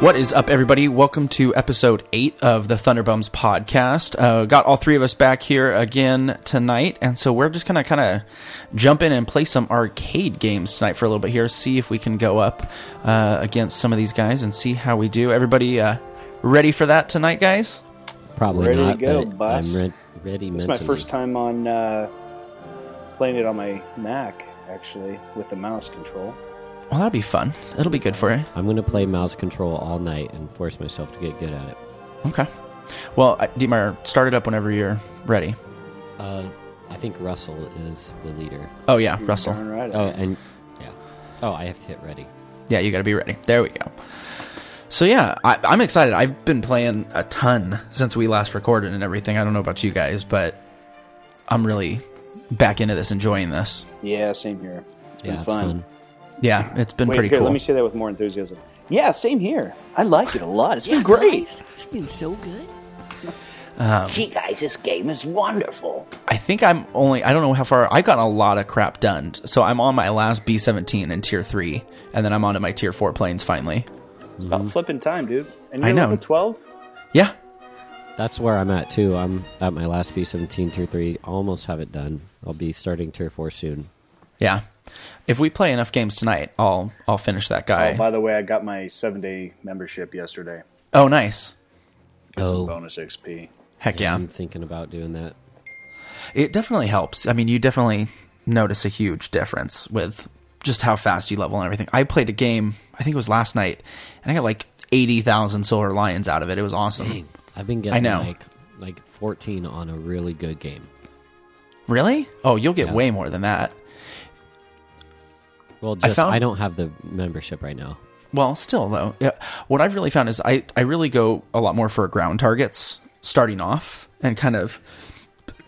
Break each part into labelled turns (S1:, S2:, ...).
S1: What is up, everybody? Welcome to episode eight of the Thunderbums podcast. Uh, got all three of us back here again tonight, and so we're just gonna kind of jump in and play some arcade games tonight for a little bit here. See if we can go up uh, against some of these guys and see how we do. Everybody uh, ready for that tonight, guys?
S2: Probably
S3: Ready to
S2: not.
S3: go,
S2: but
S3: boss.
S2: I'm re- ready
S3: It's my
S2: mentally.
S3: first time on uh, playing it on my Mac, actually, with the mouse control.
S2: Oh.
S1: Well, that'll be fun. It'll be good for you.
S2: I'm gonna play mouse control all night and force myself to get good at it.
S1: Okay. Well, I- Dietmar, start it up whenever you're ready.
S2: Uh, I think Russell is the leader.
S1: Oh yeah, Russell.
S3: Darn right.
S2: Oh, and yeah. Oh, I have to hit ready.
S1: Yeah, you got to be ready. There we go. So yeah, I, I'm excited. I've been playing a ton since we last recorded and everything. I don't know about you guys, but I'm really back into this, enjoying this.
S3: Yeah, same here. It's
S2: Yeah,
S3: been
S2: it's
S3: fun.
S2: fun.
S1: Yeah, it's been
S3: Wait,
S1: pretty
S3: here,
S1: cool.
S3: let me say that with more enthusiasm. Yeah, same here. I like it a lot. It's been great.
S4: It's been so good.
S3: Gee, guys, this game is wonderful.
S1: I think I'm only I don't know how far I got a lot of crap done. So I'm on my last B17 in tier three, and then I'm on to my tier four planes finally.
S3: It's
S2: Mm-hmm.
S3: about flipping time, dude. And
S1: I
S3: you're
S1: know.
S3: level 12?
S1: Yeah,
S2: That's where I'm at too. I'm at my last B17 tier three. Almost have it done. I'll be starting tier four soon.
S1: yeah. If we play enough games tonight, I'll I'll finish that guy.
S3: Oh, by the way, I got my seven day membership yesterday.
S1: oh nice.
S3: Get some
S2: Oh.
S3: bonus XP.
S1: Heck yeah.
S2: I'm thinking about doing that.
S1: It definitely helps. I mean, you definitely notice a huge difference with just how fast you level and everything. I played a game, I think it was last night, and I got like 80,000 Silver Lions out of it. It was awesome.
S2: I've been getting
S1: know.
S2: like like 14 on a really good game.
S1: Really? Oh, you'll get
S2: Yeah.
S1: way more than that.
S2: Well, just I,
S1: found-
S2: don't have the membership right now.
S1: Well, still though, yeah, what I've really found is I, I really go a lot more for ground targets starting off and kind of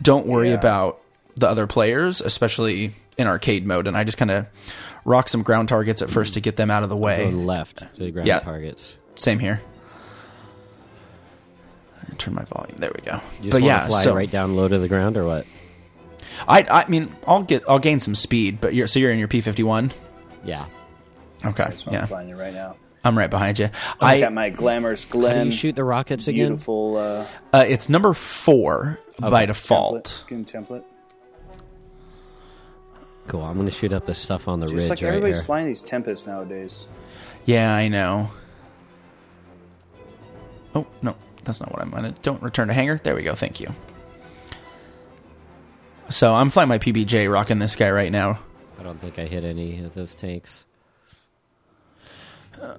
S1: don't worry
S3: Yeah.
S1: about the other players, especially in arcade mode. And I just kind of rock some ground targets at first to get them out of the way.
S2: Going left Mm. to the ground
S1: Eh. Yeah.
S2: targets.
S1: Same here. Turn my volume. There we go.
S2: You just
S1: but
S2: want
S1: yeah,
S2: to fly
S1: so
S2: right down low to the ground or what?
S1: I I mean I'll get I'll gain some speed, but you're so you're in your P fifty one.
S2: Yeah.
S1: Okay,
S3: That's what
S1: yeah,
S3: I'm finding right now.
S1: I'm right behind you.
S3: I
S1: I
S3: got my glamorous
S2: How do
S3: Glen.
S2: you shoot the rockets again?
S3: beautiful uh,
S1: uh, it's number four by
S3: template,
S1: default.
S3: skin template.
S2: Cool. I'm gonna shoot up the stuff on the
S3: Dude,
S2: ridge
S3: It's like
S2: right
S3: everybody's
S2: here.
S3: flying these tempests nowadays.
S1: Yeah, I know. Oh no, that's not what I wanted. Don't return to hangar. There we go. Thank you. So I'm flying my PBJ, rocking this guy right now.
S2: I don't think I hit any of those tanks.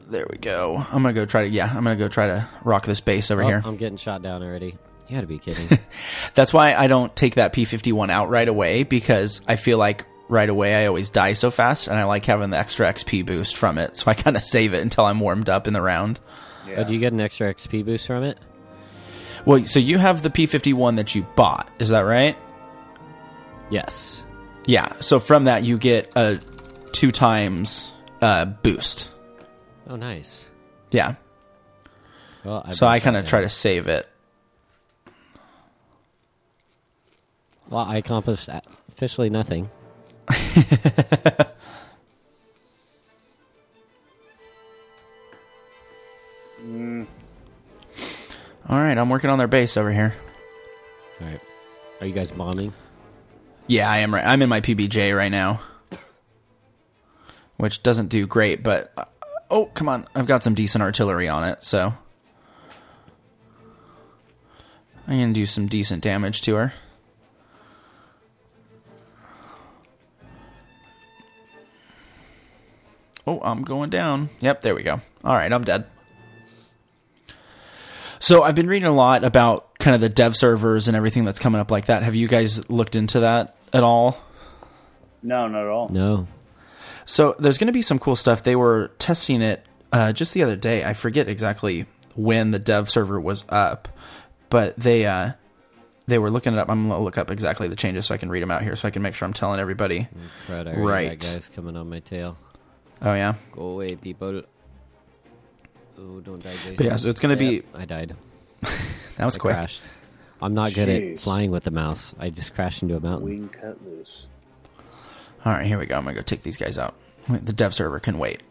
S1: There we go. I'm gonna go try to yeah. I'm gonna go try to rock this base over
S2: Oh,
S1: here.
S2: I'm getting shot down already. You gotta be kidding.
S1: That's why I don't take that P51 out right away because I feel like right away I always die so fast and I like having the extra XP boost from it. So I kind of save it until I'm warmed up in the round.
S3: Yeah.
S2: oh, do you get an extra XP boost from it?
S1: Well, so you have the P51 that you bought, is that right?
S2: Yes.
S1: Yeah. So from that you get a two times uh, boost.
S2: Oh, nice.
S1: Yeah.
S2: Well, I've
S1: So
S2: been
S1: I
S2: shot
S1: kind of
S2: down.
S1: try to save it.
S2: Well, I accomplished a- officially nothing.
S1: All right, I'm working on their base over here.
S2: All right. Are you guys bombing?
S1: Yeah, I am right. I'm in my PBJ right now, which doesn't do great, but oh, come on. I've got some decent artillery on it, so I can do some decent damage to her. Oh, I'm going down. Yep, there we go. All right, I'm dead. So I've been reading a lot about kind of the dev servers and everything that's coming up like that. Have you guys looked into that at all?
S3: No, not at all.
S2: No.
S1: So there's going to be some cool stuff. They were testing it uh, just the other day. I forget exactly when the dev server was up, but they uh, they were looking it up. I'm going to look up exactly the changes so I can read them out here, so I can make sure I'm telling everybody.
S2: Right. I already
S1: Right.
S2: Got guys coming on my tail.
S1: Oh yeah,
S2: Go away, people. Oh, don't die, Jason.
S1: yeah, so it's gonna be-
S2: Yep, I died.
S1: that was
S2: I
S1: quick.
S2: crashed. I'm not good at
S3: Jeez.
S2: flying with the mouse. I just crashed into a mountain.
S3: Wing cut loose.
S1: All right, here we go. I'm going to go take these guys out. Wait, The dev server can wait.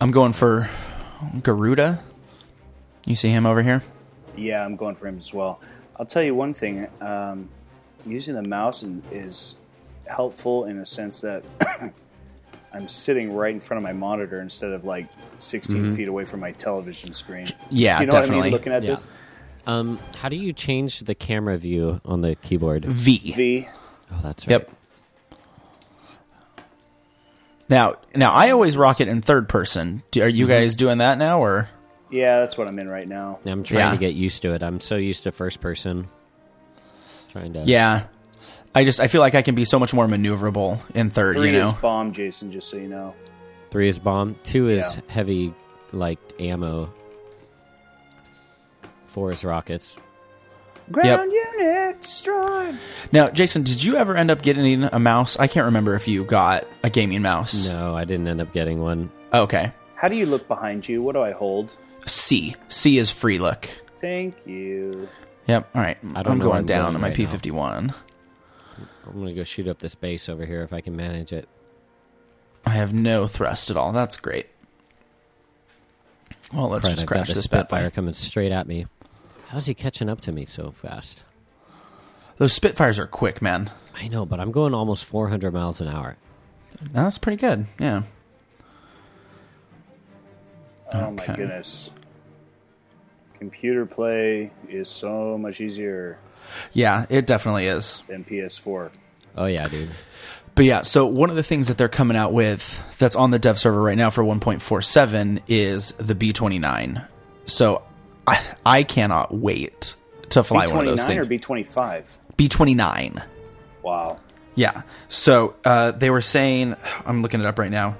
S1: I'm going for Garuda. You see him over here?
S3: Yeah, I'm going for him as well. I'll tell you one thing. Um, using the mouse in, is helpful in a sense that I'm sitting right in front of my monitor instead of like 16 feet away from my television screen.
S1: Yeah,
S3: you know what I
S1: definitely.
S3: mean. Looking at
S2: Yeah.
S3: this,
S2: Um, how do you change the camera view on the keyboard?
S1: V.
S3: V.
S2: Oh, that's right.
S1: Yep. Now, now I always rock it in third person. Do, are you
S2: Mm-hmm.
S1: guys doing that now, or
S3: Yeah, that's what I'm in right now.
S2: I'm trying
S1: Yeah.
S2: to get used to it. I'm so used to first person. Trying to.
S1: yeah? I just I feel like I can be so much more maneuverable in third.
S3: Three
S1: you know,
S3: is bomb, Jason. Just so you know.
S2: Three is bomb. Two is
S3: Yeah.
S2: heavy, like ammo. Four is rockets.
S1: Ground
S3: unit destroyed.
S1: Now, Jason, did you ever end up getting a mouse? I can't remember if you got a gaming mouse. Oh,
S2: No, I didn't end up getting one.
S1: Okay.
S3: How do you look behind you? What do I hold?
S1: C. C is free look.
S3: Thank you.
S1: Yep. All right.
S2: don't
S1: I'm
S2: know where
S1: going
S2: I'm
S1: down
S2: going
S1: on my
S2: right now.
S1: P51.
S2: I'm gonna go shoot up this base over here if I can manage it.
S1: I have no thrust at all. That's great. Well, let's
S2: Right,
S1: just
S2: I've
S1: crash
S2: got
S1: this bad
S2: Spitfire
S1: boy.
S2: coming straight at me. How's he catching up to me so fast?
S1: Those Spitfires are quick, man.
S2: I know, but I'm going almost 400 miles an hour.
S1: That's pretty good. Yeah.
S3: Oh my
S1: Okay.
S3: goodness. Computer play is so much easier
S1: Yeah, it definitely is.
S3: than PS4.
S2: Oh yeah, dude.
S1: But yeah, so one of the things that they're coming out with that's on the dev server right now for 1.47 is the B29. So I, I cannot wait to fly one of those
S3: B29 or
S1: things.
S3: B25?
S1: B29.
S3: Wow.
S1: Yeah. So uh, they were saying, I'm looking it up right now.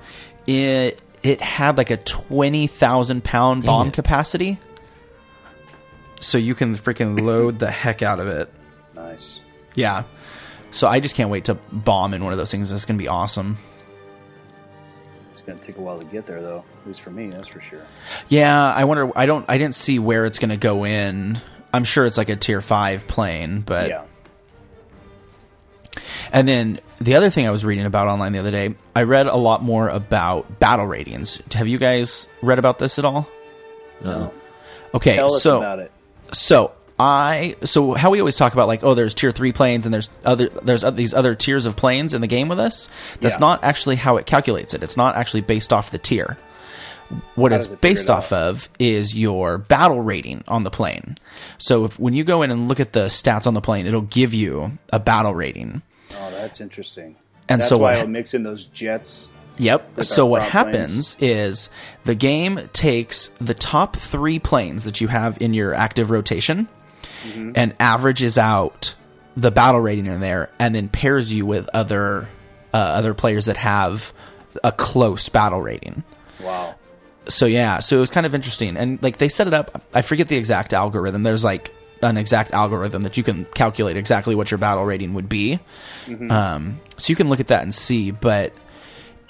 S1: It it had like a twenty thousand pound bomb
S2: it.
S1: capacity, so you can freaking load the heck out of it.
S3: Nice.
S1: Yeah. So I just can't wait to bomb in one of those things. That's gonna be awesome.
S3: It's going to take a while to get there, though. At least for me, that's for sure.
S1: Yeah. I wonder. I don't. I didn't see where it's gonna go in. I'm sure it's like a tier five plane, but
S3: yeah.
S1: And then the other thing I was reading about online the other day, I read a lot more about battle ratings. Have you guys read about this at all?
S2: Uh-oh.
S1: Okay,
S3: Tell us
S1: so
S3: about it.
S1: so I so how we always talk about like oh there's tier three planes and there's other there's oth- these other tiers of planes in the game with us. That's
S3: Yeah.
S1: not actually how it calculates it. It's not actually based off the tier. What
S3: How
S1: it's
S3: does it figure
S1: based
S3: it
S1: off of is your battle rating on the plane. So if when you go in and look at the stats on the plane, it'll give you a battle rating.
S3: Oh, that's interesting.
S1: And
S3: that's
S1: so
S3: why
S1: what-
S3: I'll mix in those jets.
S1: Yep.
S3: with
S1: So
S3: our
S1: what
S3: prop planes.
S1: happens is the game takes the top three planes that you have in your active rotation and averages out the battle rating in there, and then pairs you with other uh, other players that have a close battle rating.
S3: Wow.
S1: So yeah, so it was kind of interesting, and like they set it up. I forget the exact algorithm. There's like an exact algorithm that you can calculate exactly what your battle rating would be.
S2: Mm-hmm.
S1: Um, so you can look at that and see, but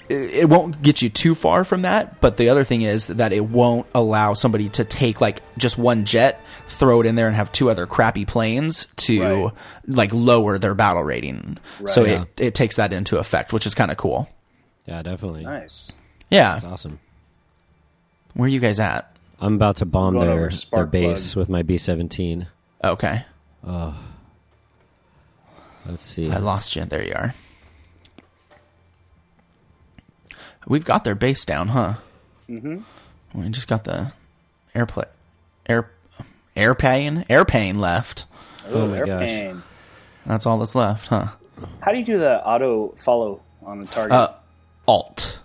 S1: it, it won't get you too far from that. But the other thing is that it won't allow somebody to take like just one jet, throw it in there, and have two other crappy planes to
S3: Right.
S1: like lower their battle rating. So
S2: Right.
S1: it it takes that into effect, which is kind of cool.
S2: Yeah, definitely.
S3: Nice.
S1: Yeah,
S2: That's awesome.
S1: where are you guys at?
S2: I'm about to bomb
S3: Going
S2: their,
S3: over
S2: their
S3: spark
S2: base with my B-17.
S1: Okay.
S2: Let's see.
S1: I lost you. There you are. We've got their base down, huh? Mm-hmm. We just got the airplane, air, airplane, airplane left.
S3: Oh,
S2: my gosh.
S3: airplane.
S1: That's all that's left, huh?
S3: How do you do the auto follow on the target?
S1: Uh, alt.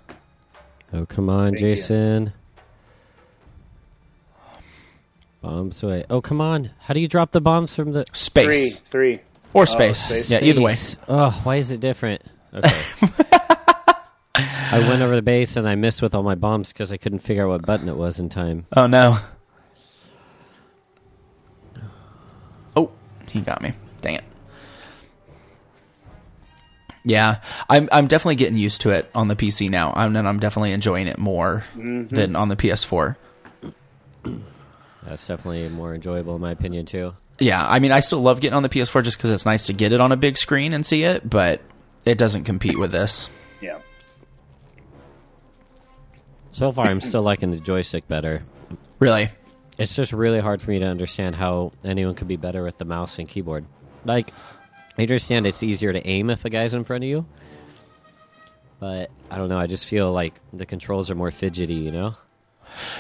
S2: Oh, come on,
S3: Thank you.
S2: Jason. Bombs away. Oh, come on. How do you drop the bombs from the
S3: three,
S1: Space
S3: three.
S1: or space.
S3: space.
S1: Yeah, either way.
S2: base? Oh, why is it different? Okay. I went over the base and I missed with all my bombs because I couldn't figure out what button it was in time.
S1: Oh no. Oh, he got me. Dang it. Yeah, I'm I'm definitely getting used to it on the PC now. I'm and I'm definitely enjoying it more than on the PS4.
S2: That's definitely more enjoyable in my opinion too.
S1: Yeah, I mean, I still love getting on the PS4 just because it's nice to get it on a big screen and see it, but it doesn't compete with this.
S3: Yeah.
S2: So far, I'm still liking the joystick better.
S1: Really?
S2: It's just really hard for me to understand how anyone could be better with the mouse and keyboard. Like, I understand it's easier to aim if a guy's in front of you, but I don't know. I just feel like the controls are more fidgety, you know?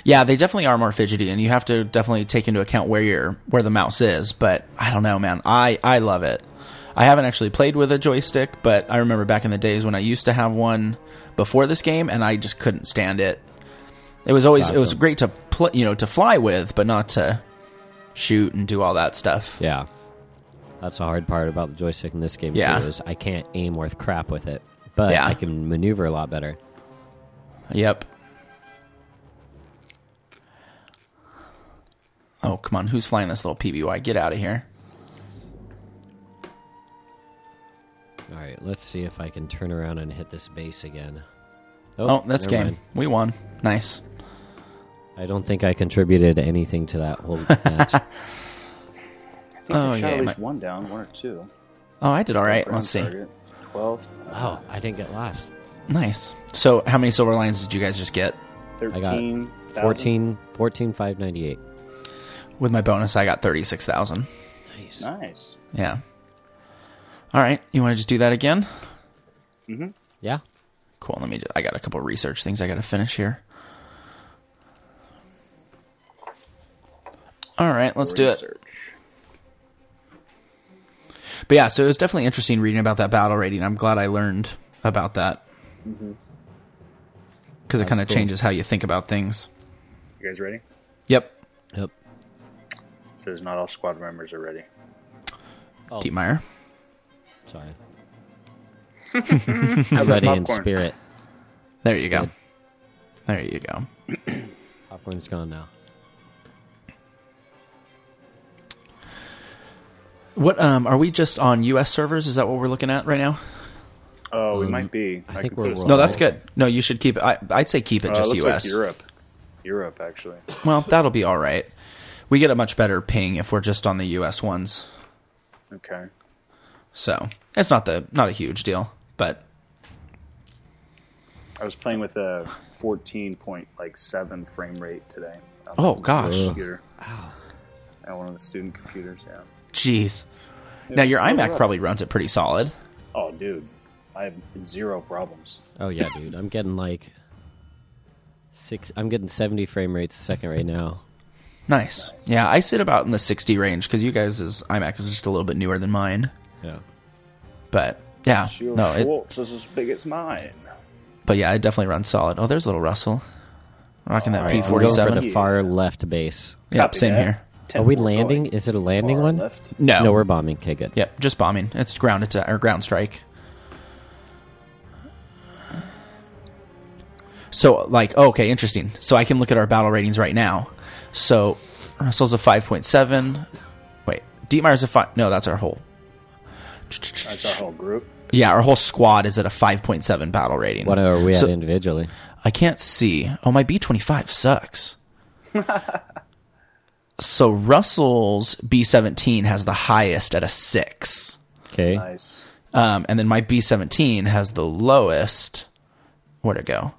S1: Yeah, they definitely are more fidgety, and you have to definitely take into account where you where the mouse is. But I don't know, man. I I love it. I haven't actually played with a joystick, but I remember back in the days when I used to have one before this game, and I just couldn't stand it. It was always it was
S2: Gotcha.
S1: great to pl- you know to fly with, but not to shoot and do all that stuff.
S2: Yeah. That's the hard part about the joystick in this game,
S1: Yeah.
S2: too, is I can't aim worth crap with it, but
S1: Yeah.
S2: I can maneuver a lot better.
S1: Yep. Oh come on, who's flying this little PBY? Get out of here!
S2: All right, let's see if I can turn around and hit this base again.
S1: Oh, that's game.
S2: never mind.
S1: We won. Nice.
S2: I don't think I contributed anything to that whole match.
S3: I think
S1: Oh,
S3: they shot
S1: yeah,
S3: at least
S1: my-
S3: one down, one or two.
S1: Oh, I did all right.
S3: Brown
S1: Let's see.
S3: target. Twelfth,
S2: oh, I didn't get lost.
S1: Nice. So, how many silver lines did you guys just get?
S2: I got
S3: thirteen,
S2: 14, 14 598.
S1: With my bonus, I got 36,000.
S2: Nice.
S3: Nice.
S1: Yeah. All right. You want to just do that again?
S2: Yeah.
S1: Cool. Let me ju- I got a couple research things I got to finish here. All right, let's do it.
S3: Research.
S1: But yeah, so it was definitely interesting reading about that battle rating. I'm glad I learned about that. Because it
S2: That's
S1: kind of
S2: Mm-hmm. cool.
S1: changes how you think about things.
S3: You guys ready?
S1: Yep.
S2: Yep.
S3: So there's not all squad members are ready.
S2: Oh,
S1: Dietmeyer.
S2: sorry. I'm ready in
S3: popcorn.
S2: spirit.
S1: There you go.
S2: good.
S1: There you go.
S2: Popcorn's gone now.
S1: What um are we just on US servers? Is that what we're looking at right now?
S3: Oh, we might be.
S2: Um, I think
S3: can
S2: we're
S3: put us-
S2: wrong.
S1: No, that's good. No, you should keep it. I, I'd say keep it
S3: Uh,
S1: just
S3: looks
S1: US.
S3: Like Europe. Europe, actually.
S1: Well, that'll be all right. We get a much better ping if we're just on the US ones.
S3: Okay.
S1: So, it's not the not a huge deal, but
S3: I was playing with a 14.7 frame rate today. on
S1: Oh,
S3: my
S1: gosh.
S3: Computer. On one of the student computers, yeah.
S1: jeez. Now your
S3: it's not
S1: iMac
S3: rough.
S1: probably runs it pretty solid.
S3: Oh, dude. I have zero problems.
S2: Oh, yeah, dude. I'm getting like six. I'm getting 70 frame rates a second right now.
S1: Nice. Yeah, I sit about in the 60 range cuz you guys is iMac is just a little bit newer than mine,
S2: Yeah.
S1: but yeah.
S3: Sure,
S1: Oh, No, it,
S3: Schwartz is as big as mine.
S1: but yeah, it definitely runs solid. Oh, there's little Russell. Rocking that
S3: All right,
S2: I'm going for
S1: P47.
S2: the far left base.
S1: Yep,
S3: Copy
S1: same
S3: that.
S1: here.
S3: Ten
S2: Are we
S3: four
S2: landing?
S3: going.
S2: Is it a landing
S3: Far
S2: one?
S3: Left.
S1: No.
S2: No, we're bombing. Okay, good.
S1: Yep, just bombing. It's ground attack or ground strike. So like oh, okay, interesting. So I can look at our battle ratings right now. So Russell's a five point seven. Wait, Dietmeyer's a five. No, that's our whole.
S3: That's our whole group.
S1: Yeah, our whole squad is at a five point seven battle rating.
S2: What are we
S1: So-
S2: at individually?
S1: I can't see. Oh, my B twenty five sucks. so Russell's B seventeen has the highest at a six.
S2: Okay.
S3: Nice.
S1: Um, and then my B17 has the lowest. Where'd it go?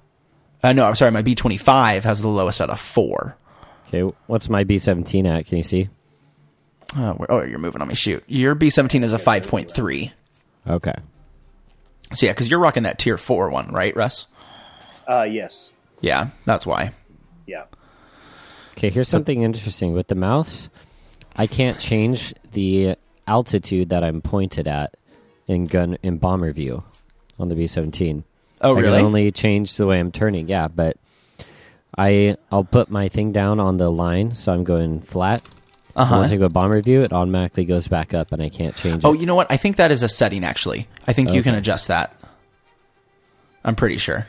S1: Uh, no, I'm sorry. My B25 has the lowest out of four.
S2: Okay. What's my B17 at? Can you see?
S1: Uh, where, oh, you're moving on me. Shoot. Your B17 is a 5.3.
S2: Okay.
S1: So, yeah, because you're rocking that tier four one, right, Russ?
S3: Uh, yes.
S1: Yeah, that's why.
S3: Yeah.
S2: Okay, here's something interesting with the mouse. I can't change the altitude that I'm pointed at in gun in bomber view on the B17.
S1: Oh,
S2: I
S1: really?
S2: can only change the way I'm turning. Yeah, but I I'll put my thing down on the line, so I'm going flat.
S1: Uh-huh.
S2: Once I go bomber view, it automatically goes back up, and I can't change
S1: oh,
S2: it.
S1: you know what? I think that is a setting, actually. I think you can
S2: Okay.
S1: adjust that. I'm pretty sure.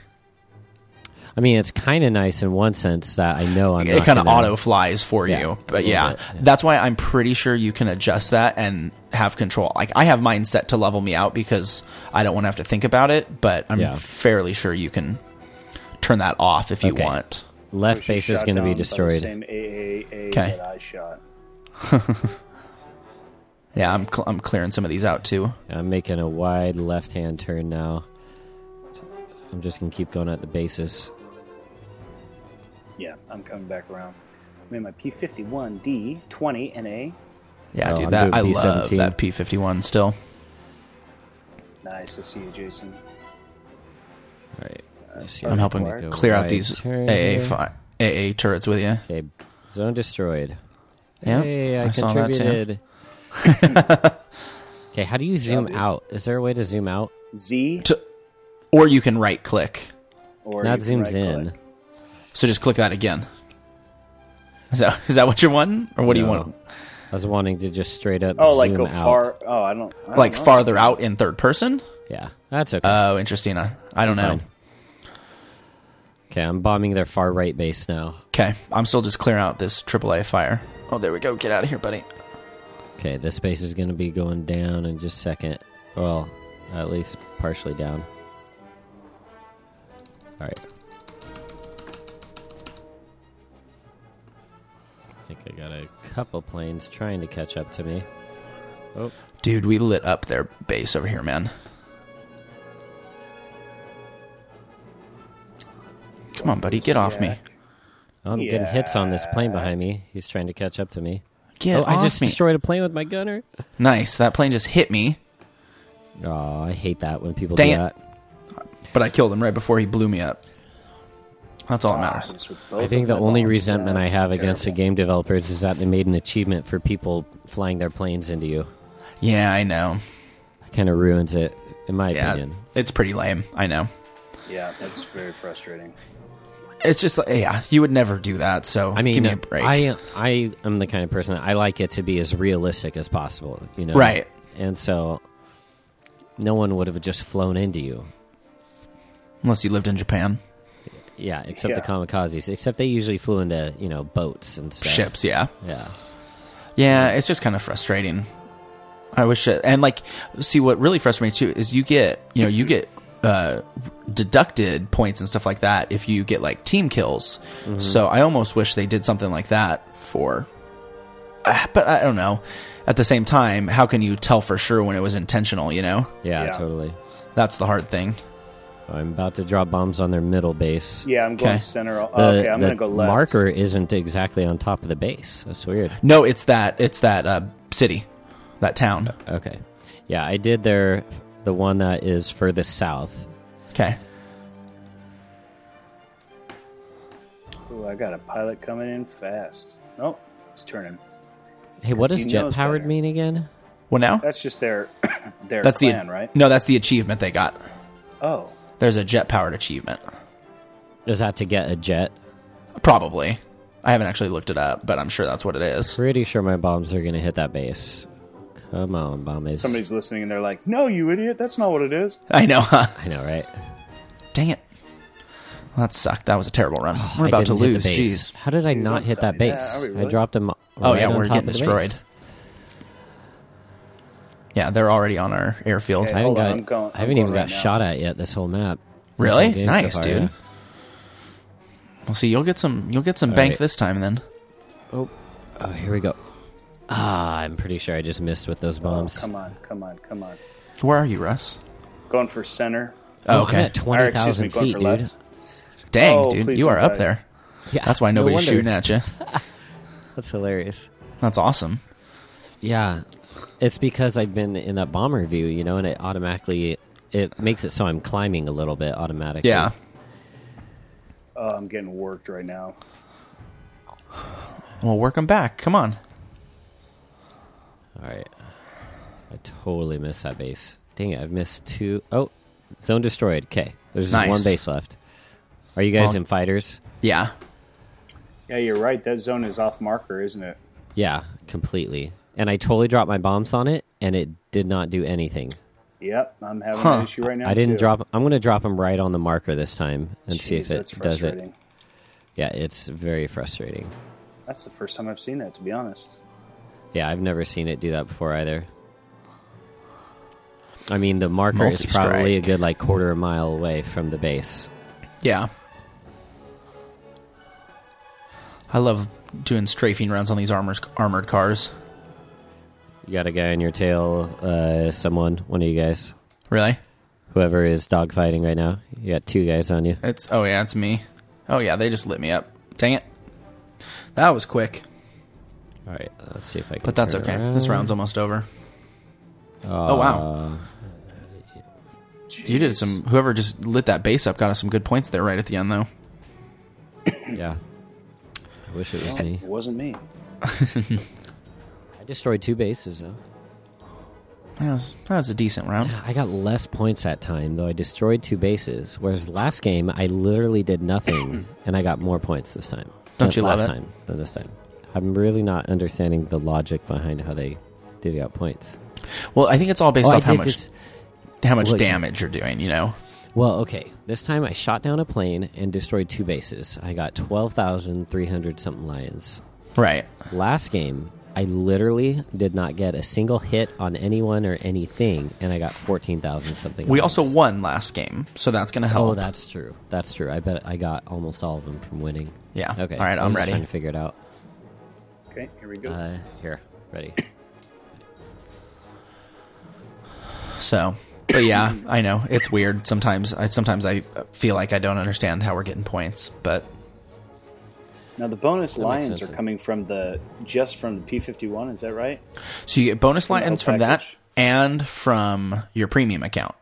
S2: I mean, it's kind of nice in one sense that I know I'm.
S1: it
S2: not
S1: kind of
S2: gonna-
S1: auto flies for
S2: Yeah,
S1: you
S2: a
S1: but
S2: little
S1: yeah.
S2: bit, yeah.
S1: that's why i'm pretty sure you can adjust that and have control like i have mine set to level me out because i don't want to have to think about it but i'm
S2: Yeah.
S1: fairly sure you can turn that off if you
S2: Okay.
S1: want
S2: Left
S3: She
S2: base is
S3: shot
S2: going to
S3: down by
S2: be
S3: the
S2: destroyed.
S3: Same AAA
S1: Okay.
S3: that I shot.
S1: yeah i'm, cl- I'm clearing some of these out too
S2: I'm making a wide left hand turn now. I'm just gonna keep going at the bases.
S3: Yeah, I'm coming back around. I'm in my P51D 20 NA.
S1: Yeah,
S2: Oh,
S1: dude,
S2: I'm
S1: that
S2: doing
S1: I love
S2: P17.
S1: that P fifty one still.
S3: Nice. I see you, Jason.
S2: Right.
S1: I'm helping
S3: Go
S1: clear out these AA fi- AA turrets with you.
S2: Okay, zone destroyed.
S1: Yeah,
S2: hey, I, contributed. okay, how do you zoom out? Is there a way to zoom out?
S3: Z
S1: T- or you can right click.
S3: or
S2: that
S3: you can
S2: zooms in.
S3: right-click.
S1: So just click that again. Is that is that what you're wanting, or what do you
S2: No.
S1: want?
S2: Oh. I was wanting to just straight up.
S3: Oh, like
S2: zoom
S3: go
S2: out.
S3: far. Oh, I don't. I don't
S1: Like
S3: know.
S1: farther out in third person?
S2: Yeah, that's okay.
S1: Oh, interesting. I, I don't know.
S2: Fine. okay, I'm bombing their far right base now.
S1: Okay, I'm still just clearing out this AAA fire. Oh, there we go. Get out of here, buddy.
S2: Okay, this base is going to be going down in just a second. Well, at least partially down. All right. I think I got a couple planes trying to catch up to me. Oh,
S1: Dude, we lit up their base over here, man. Come on, buddy. Get off me.
S2: Oh, I'm getting hits on this plane behind me. He's trying to catch up to me.
S1: Get
S2: oh, I
S1: off
S2: just
S1: me.
S2: destroyed a plane with my gunner.
S1: nice. That plane just hit me,
S2: Oh, I hate that when people
S1: Dang
S2: do
S1: it.
S2: that.
S1: but I killed him right before he blew me up. That's all that
S3: Ah,
S1: matters.
S3: just with both
S2: I
S3: of
S2: think the
S3: my
S2: only
S3: bombs.
S2: resentment
S3: Yeah,
S2: I
S3: that's
S2: have against the
S3: terrible.
S2: game developers is that they made an achievement for people flying their planes into you.
S1: Yeah, I know.
S2: That kind of ruins it, in my
S1: Yeah,
S2: opinion.
S1: it's pretty lame. I know.
S3: Yeah, that's very frustrating.
S1: It's just like, yeah, you would never do that. So
S2: I mean,
S1: give me a break.
S2: I uh, I am the kind of person that I like it to be as realistic as possible. You know,
S1: Right.
S2: And so, no one would have just flown into you.
S1: Unless you lived in Japan,
S2: Yeah, except the
S3: Yeah.
S2: kamikazes. Except they usually flew into you know boats and stuff.
S1: ships, yeah.
S2: Yeah.
S1: Yeah, it's just kind of frustrating. I wish, it, and like, see, what really frustrates you is you get, you know, you get uh, deducted points and stuff like that if you get like team kills. So I almost wish they did something like that for, Ah, but I don't know. At the same time, how can you tell for sure when it was intentional? You know,
S2: yeah,
S3: Yeah.
S2: totally.
S1: that's the hard thing.
S2: I'm about to drop bombs on their middle base.
S3: Yeah, I'm going
S1: Okay.
S3: center.
S2: The,
S3: oh, okay, I'm
S2: the
S3: going to go left.
S2: Marker isn't exactly on top of the base. That's weird.
S1: No, it's that, it's that uh, city, that town.
S2: Okay. Yeah, I did their the one that is furthest south.
S1: Okay,
S3: Ooh, I got a pilot coming in fast. Nope, he's turning.
S2: Hey, what
S3: Because
S2: does
S3: he
S2: jet
S3: knows
S2: powered
S3: better.
S2: mean again?
S1: well now
S3: That's just their their
S1: that's
S3: plan,
S1: the
S3: right?
S1: no, that's the achievement they got.
S3: Oh,
S1: There's a jet powered achievement.
S2: Is that to get a jet?
S1: Probably. I haven't actually looked it up, but I'm sure that's what it is.
S2: Pretty sure my bombs are gonna hit that base. Come on, bombers.
S3: somebody's listening and they're like, "No, you idiot! That's not what it is." Oh,
S1: I know, huh?
S2: I know, right?
S1: Dang it. Well, that sucked. That was a terrible run. We're
S2: Oh, I
S1: about to
S2: didn't hit
S1: lose.
S2: the base.
S1: Jeez.
S2: How did I not
S3: don't
S2: hit
S3: tell
S2: that
S3: me that.
S2: base?
S3: Are we
S2: I
S3: really?
S2: dropped them.
S1: Oh, yeah,
S2: right on
S1: we're
S2: top
S1: getting
S2: of the
S1: destroyed.
S2: base.
S1: Yeah, they're already on our airfield.
S3: Okay.
S2: I haven't
S3: Hold on,
S2: got.
S3: I'm going-
S2: I haven't
S3: I'm
S2: even
S3: going
S2: got
S3: right now.
S2: shot at yet. This whole map. This
S1: Really?
S2: whole game so
S1: Nice,
S2: far,
S1: dude.
S2: yeah.
S1: Well, see, you'll get some you'll get some bank
S2: right.
S1: this time then.
S2: Oh, oh, here we go. Ah, I'm pretty sure I just missed with those
S3: Oh,
S2: bombs.
S3: come on, come on, come on.
S1: Where are you, Russ?
S3: Going for center.
S1: Oh,
S2: Oh, I'm
S1: okay.
S2: at
S3: Or,
S2: twenty
S3: excuse me,
S2: thousand
S3: going
S2: feet,
S3: for
S2: dude.
S3: left.
S1: Dang,
S3: Oh,
S1: dude.
S3: please
S1: You are
S3: don't
S1: up
S3: die.
S1: there.
S2: Yeah,
S1: That's why nobody's
S2: wonder.
S1: shooting at you.
S2: That's hilarious.
S1: That's awesome.
S2: Yeah, it's because I've been in that bomber view, you know, and it automatically it makes it so I'm climbing a little bit automatically.
S1: Yeah.
S3: Oh, I'm getting worked right now.
S1: Well, work them back. Come on.
S2: All right. I totally missed that base. Dang it! I've missed two oh zone destroyed. Okay, there's
S1: Nice.
S2: one base left. Are you guys
S1: Well-
S2: in fighters?
S1: Yeah.
S3: Yeah, you're right. That zone is off marker, isn't it?
S2: Yeah, completely. And I totally dropped my bombs on it, and it did not do anything.
S3: Yep, I'm having
S1: Huh.
S3: an issue right now.
S2: I didn't
S3: too.
S2: drop. I'm going to drop them right on the marker this time and see
S3: Jeez,
S2: if it
S3: that's
S2: does
S3: frustrating.
S2: it. Yeah, it's very frustrating.
S3: That's the first time I've seen that, to be honest.
S2: Yeah, I've never seen it do that before either. I mean, the marker is probably a
S1: Multi-strike.
S2: good like quarter mile away from the base.
S1: Yeah. I love doing strafing runs on these armors, armored cars.
S2: You got a guy on your tail, uh, someone, one of you guys,
S1: Really?
S2: whoever is dogfighting right now. You got two guys on you.
S1: It's oh yeah, it's me. Oh yeah, they just lit me up. Dang it. That was quick,
S2: All right, let's see if I can.
S1: but that's
S2: turn
S1: okay.
S2: around.
S1: This round's almost over.
S2: Uh,
S1: wow. You did some. Whoever just lit that base up got us some good points there right at the end, though.
S2: Uh, Yeah. I wish it was me.
S3: It wasn't me.
S2: I destroyed two bases though.
S1: That was, that was a decent round.
S2: I got less points that time though. I destroyed two bases, whereas last game I literally did nothing, and I got more points this time.
S1: Don't
S2: Than
S1: you love
S2: last
S1: it?
S2: time than this time? I'm really not understanding the logic behind how they divvy out points.
S1: Well, I think it's all based
S2: Oh, I
S1: off how
S2: did
S1: much
S2: just-
S1: how much
S2: Look.
S1: damage you're doing. You know,
S2: Well, okay. This time I shot down a plane and destroyed two bases. I got 12,300 something lions.
S1: right?
S2: Last game, I literally did not get a single hit on anyone or anything, and I got 14,000 something.
S1: We
S2: lions.
S1: also won last game, so that's gonna help.
S2: Oh, that's true. That's true. I bet I got almost all of them from winning.
S1: Yeah.
S2: Okay.
S1: All right,
S2: I
S1: I'm
S2: was just
S1: ready.
S2: Trying to figure it out.
S3: Okay, here we go.
S2: Uh, here, ready.
S1: So, but yeah, I know it's weird. Sometimes I sometimes I feel like I don't understand how we're getting points, but
S3: now the bonus lions
S2: sense.
S3: are coming from the just from the P fifty one. Is that right?
S1: so you get bonus
S3: From the
S1: lions
S3: whole
S1: from that
S3: package.
S1: and from your premium account.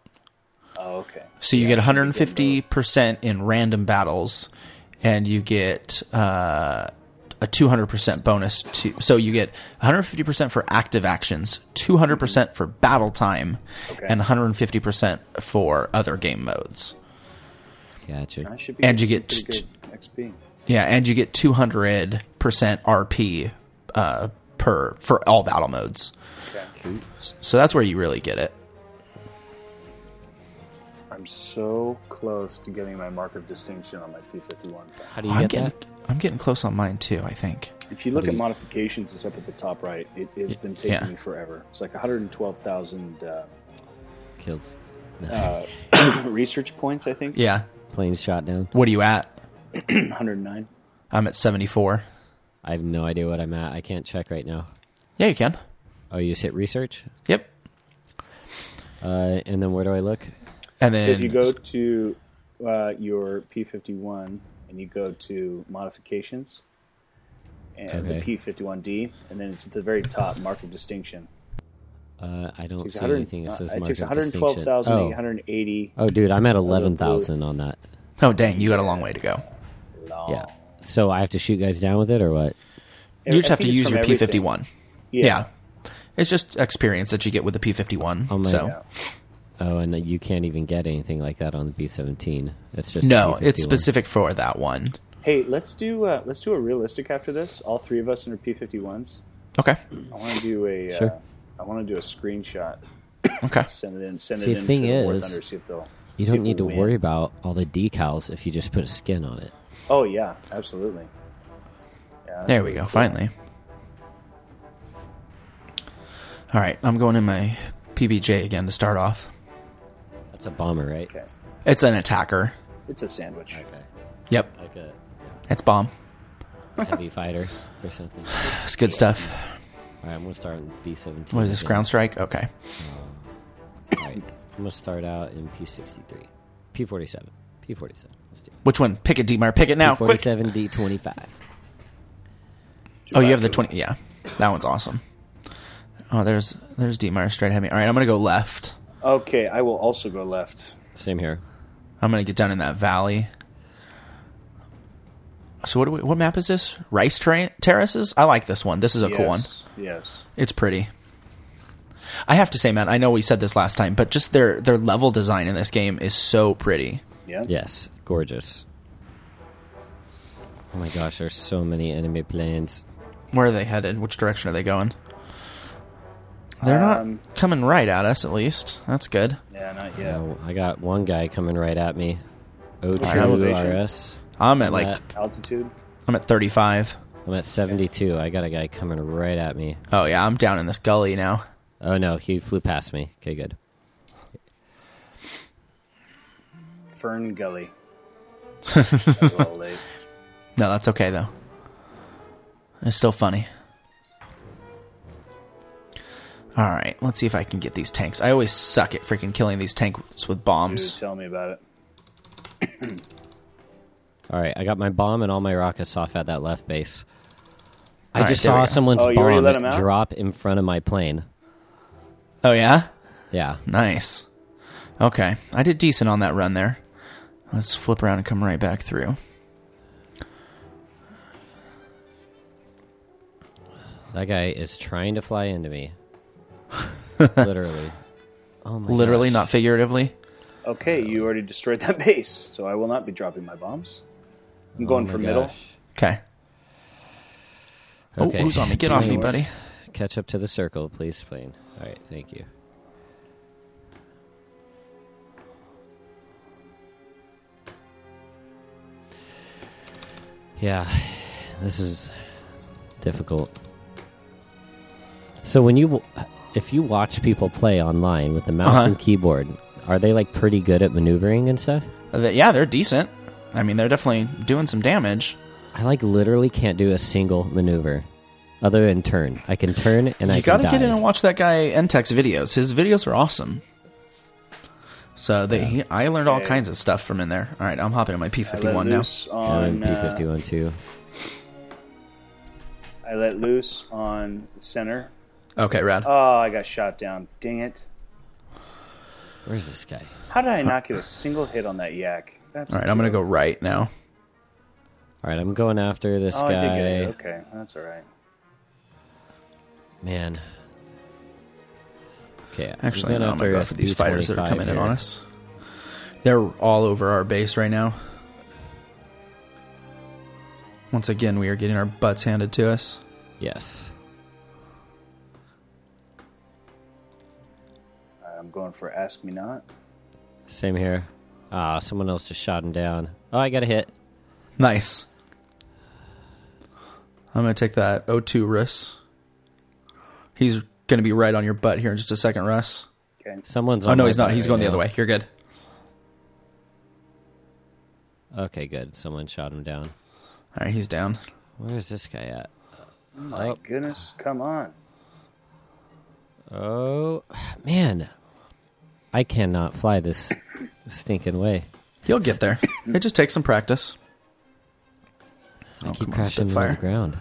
S3: Oh, okay.
S1: So you
S3: Yeah,
S1: get
S3: I should be getting
S1: 150% in random battles, and you get uh, a 200% bonus. To, so you get 150% for active actions, 200% for battle time,
S3: Okay.
S1: and 150% for other game modes.
S2: Gotcha.
S3: both. I should be
S1: and you
S3: getting
S1: get
S3: some pretty good XP.
S1: Yeah, and you get 200% RP uh, per for all battle modes.
S3: Okay.
S1: So that's where you really get it.
S3: I'm so close to getting my mark of distinction on my P fifty one.
S2: How do you
S1: I'm
S2: get
S1: getting,
S2: that?
S1: I'm getting close on mine too, I think.
S3: If you look
S2: do
S3: at
S2: you-
S3: modifications, it's up at the top right. It, it's been taking
S1: yeah.
S3: me forever. It's like 112,000 uh,
S2: Kills. No.
S3: research points, I think.
S1: Yeah.
S2: Planes shot down.
S1: What are you at?
S3: 109.
S1: I'm at 74.
S2: I have no idea what I'm at. I can't check right now.
S1: Yeah, you can.
S2: Oh, you just hit research,
S1: Yep.
S2: uh, and then where do I look?
S1: And then
S3: So if you go to uh, your P51 and you go to modifications and
S2: Okay.
S3: the P51D, and then it's at the very top, mark of distinction.
S2: Uh, I don't
S3: It's
S2: see
S3: 100
S2: anything that says
S3: uh, it
S2: mark
S3: takes
S2: of distinction. Oh.
S3: 112,880
S2: oh, dude, I'm at eleven thousand on that.
S1: Oh dang, you got a long way to go. Oh.
S3: long.
S2: Yeah. So I have to shoot guys down with it, or what?
S1: You
S3: I
S1: just have
S3: think
S1: to
S3: it's
S1: use
S3: from
S1: your P
S3: everything.
S1: fifty one.
S3: Yeah.
S1: Yeah. It's just experience that you get with the P fifty one.
S2: Oh, my-
S1: So
S3: Yeah.
S2: Oh, and you can't even get anything like that on the B-17. It's just
S1: no,
S2: a
S1: it's
S2: P-51.
S1: specific for that one.
S3: Hey, let's do uh, let's do a realistic after this. All three of us in our P51s.
S1: Okay.
S3: I want to do a uh,
S2: Sure.
S3: I want to do a screenshot.
S1: Okay.
S3: Send it in. Send
S2: See,
S3: it
S2: the
S3: in
S2: thing
S3: to the War
S2: is,
S3: Thunder, see if they'll.
S2: You
S3: see
S2: don't
S3: if
S2: need to
S3: we win.
S2: worry about all the decals if you just put a skin on it.
S3: Oh yeah, absolutely. Yeah,
S1: There we go, finally. Alright, I'm going in my PBJ again to start off.
S2: That's a bomber, right?
S3: Okay,
S1: It's an attacker.
S3: it's a sandwich.
S2: Okay.
S1: Yep.
S2: Like a
S1: It's bomb.
S2: heavy fighter or something. All
S1: It's good stuff.
S2: right, I'm gonna start in B-17.
S1: What is this?
S2: again.
S1: Ground strike? Okay.
S2: All right, I'm gonna start out in P-63, P-47, P-47. Let's do it.
S1: Which one? Pick it, Dietmar. Pick it now. Quick.
S2: P-47 D-25.
S1: Oh, you have the twenty. Yeah, that one's awesome. Oh, there's there's Dietmar straight ahead of me. All right, I'm gonna go left.
S3: Okay, I will also go left.
S2: Same here.
S1: I'm gonna get down in that valley. So what do we, what map is this? Rice tra- terraces. I like this one. This is a cool one.
S3: Yes, Yes.
S1: It's pretty. I have to say, man, I know we said this last time, but just their their level design in this game is so pretty.
S3: Yeah.
S2: Yes, gorgeous. Oh my gosh, there's so many enemy planes.
S1: Where are they headed? Which direction are they going? They're
S3: Um,
S1: not coming right at us, at least. That's good.
S3: Yeah. Not yet.
S2: Oh, I got one guy coming right at me.
S3: elevation.
S2: O2 RS.
S1: I'm at like
S2: Yeah.
S3: Altitude.
S1: I'm at 35.
S2: I'm at 72. I got a guy coming right at me.
S1: Oh yeah, I'm down in this gully now.
S2: Oh no, he flew past me. Okay, good.
S3: Fern Gully. That's a little late.
S1: No, that's okay though. It's still funny. All right, let's see if I can get these tanks. I always suck at freaking killing these tanks with
S3: Dude,
S1: bombs.
S3: tell me about it.
S2: All All right, I got my bomb and all my rockets off at that left base. I
S1: All right,
S2: just
S1: there we
S2: saw
S1: go.
S2: someone's
S3: Oh, you already let 'em
S2: bomb
S3: out?
S2: drop in front of my plane.
S1: Oh yeah,
S2: Yeah.
S1: nice. Okay, I did decent on that run there. Let's flip around and come right back through.
S2: Oh That guy is trying to fly into me. Literally. Oh my
S1: Literally,
S2: gosh.
S1: not figuratively.
S3: Okay, you already destroyed that base, so I will not be dropping my bombs. I'm going
S2: Oh
S3: for
S2: my
S3: middle.
S2: gosh.
S1: Okay.
S2: Okay.
S1: Oh, who's on me? Get off me,
S2: Plane,
S1: buddy.
S2: Catch up to the circle, please, plane. All right, thank you. Yeah, this is difficult. So when you, w- if you watch people play online with the mouse
S1: Uh-huh.
S2: and keyboard, are they like pretty good at maneuvering and stuff?
S1: Uh, th- Yeah, they're decent. I mean, they're definitely doing some damage.
S2: I like literally can't do a single maneuver, other than turn. I can turn and I
S1: you
S2: can
S1: gotta get in
S2: dive.
S1: and watch that guy Entex videos. His videos are awesome. So they, he, I learned all
S3: Okay.
S1: kinds of stuff from in there. All right, I'm hopping on my
S3: I
S1: P51
S3: let
S1: now.
S3: loose
S2: and
S3: on.
S2: then
S3: uh,
S2: P51 too.
S3: I let loose on center.
S1: Okay, rad.
S3: Oh, I got shot down. Dang it!
S2: Where's this guy?
S3: How did I not get a single hit on that yak? That's
S1: All right, I'm gonna go right now.
S2: All right, I'm going after this
S3: Oh, I
S2: guy.
S3: did get it. Okay, that's all right.
S2: Man. Okay. I'm
S1: Actually,
S2: going
S1: no, I'm
S2: after
S1: gonna go
S2: this
S1: for these fighters that are
S2: B-25
S1: coming in
S2: here.
S1: on us. They're all over our base right now. Once again, we are getting our butts handed to us.
S2: Yes.
S3: All right, Uh, I'm going for ask me not.
S2: Same here. Ah, someone else just shot him down. Oh, I got a hit.
S1: Nice. I'm going to take that O2 Russ. He's going to be right on your butt here in just a second, Russ.
S3: Okay.
S2: Someone's.
S1: Oh,
S2: on
S1: no,
S2: my
S1: he's not.
S2: butt
S1: He's
S2: right
S1: going the other
S2: now.
S1: way. You're good.
S2: Okay, good. Someone shot him down.
S1: All right, he's down.
S2: Where is this guy at?
S3: My
S2: Oh.
S3: goodness, come on.
S2: Oh, man. I cannot fly this stinking way.
S1: He'll get there. it just takes some practice.
S2: I
S1: Oh, come
S2: keep
S1: on,
S2: crashing into
S1: Spitfire.
S2: the ground.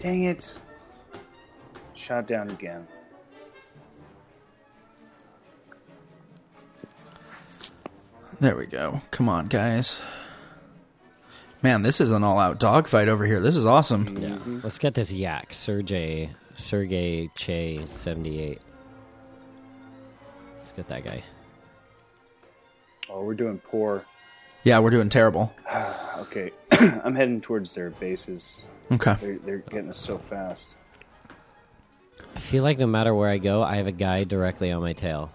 S3: Dang it. Shot down again.
S1: There we go. Come on, guys. Man, this is an all out dogfight over here. This is awesome.
S2: Yeah. Let's get this yak, Sergey Sergey Che seventy eight. Let's get that guy.
S3: Oh, we're doing poor.
S1: Yeah, we're doing terrible.
S3: Okay, I'm heading towards their bases.
S1: Okay.
S3: They're, they're getting us so fast.
S2: I feel like no matter where I go, I have a guy directly on my tail.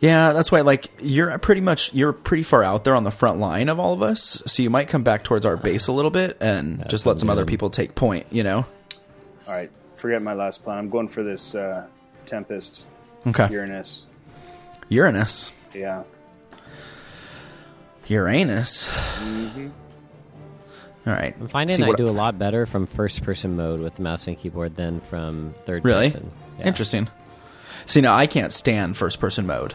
S1: Yeah, that's why. Like you're pretty much you're pretty far out there on the front line of all of us, so you might come back towards our base a little bit and just let some other
S2: good.
S1: people take point. You know?
S3: All right, forget my last plan. I'm going for this uh, Tempest
S1: Okay.
S3: Uranus.
S1: Uranus,
S3: Yeah.
S1: Uranus. All right.
S2: I'm finding
S1: See
S2: I
S1: what-
S2: do a lot better from first person mode with the mouse and keyboard than from third
S1: really
S2: person. Yeah.
S1: interesting. See, now I can't stand first person mode.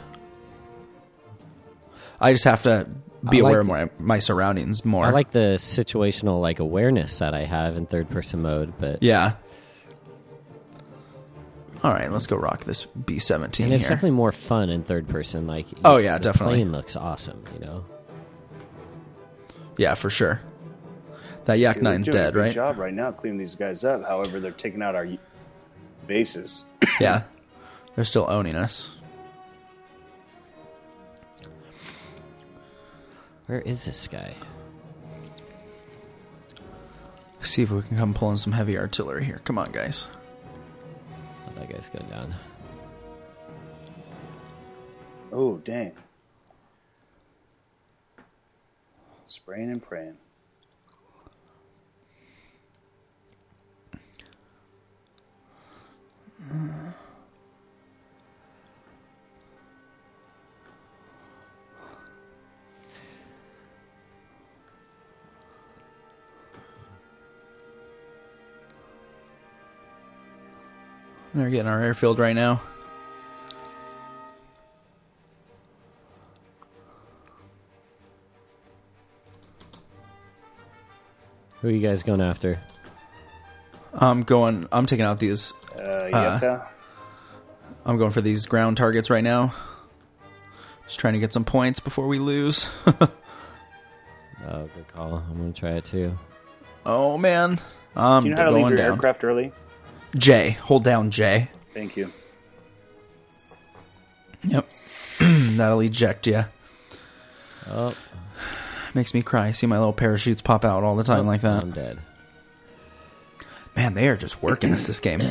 S1: I just have to be
S2: I like
S1: aware of my, my surroundings more.
S2: I like the situational like awareness that I have in third person mode, but
S1: Yeah. All right, let's go rock this B seventeen
S2: and
S1: here.
S2: it's definitely more fun in third person. Like
S1: Oh, yeah,
S2: the
S1: definitely.
S2: Plane looks awesome, you know.
S1: Yeah, for sure. That Yak
S3: Dude, we're
S1: Nine's
S3: doing a
S1: dead,
S3: good
S1: right?
S3: job right now cleaning these guys up. However, they're taking out our y- bases.
S1: Yeah. They're still owning us.
S2: Where is this guy?
S1: See if we can come pull in some heavy artillery here. Come on, guys.
S2: Oh, that guy's going down.
S3: Oh, dang. Spraying and praying.
S1: They're getting our airfield right now.
S2: Who are you guys going after?
S1: I'm going. I'm taking out these.
S3: Uh, Yucca.
S1: I'm going for these ground targets right now. Just trying to get some points before we lose.
S2: Oh, good call. I'm gonna try it too.
S1: oh man, I'm
S3: Do you know how to
S1: going
S3: leave your
S1: down.
S3: aircraft early?
S1: J, hold down J.
S3: Thank you.
S1: Yep, that'll eject you.
S2: Oh,
S1: Makes me cry. See my little parachutes pop out all the
S3: Oh,
S1: time like that.
S2: I'm dead.
S1: Man, they are just working us this game.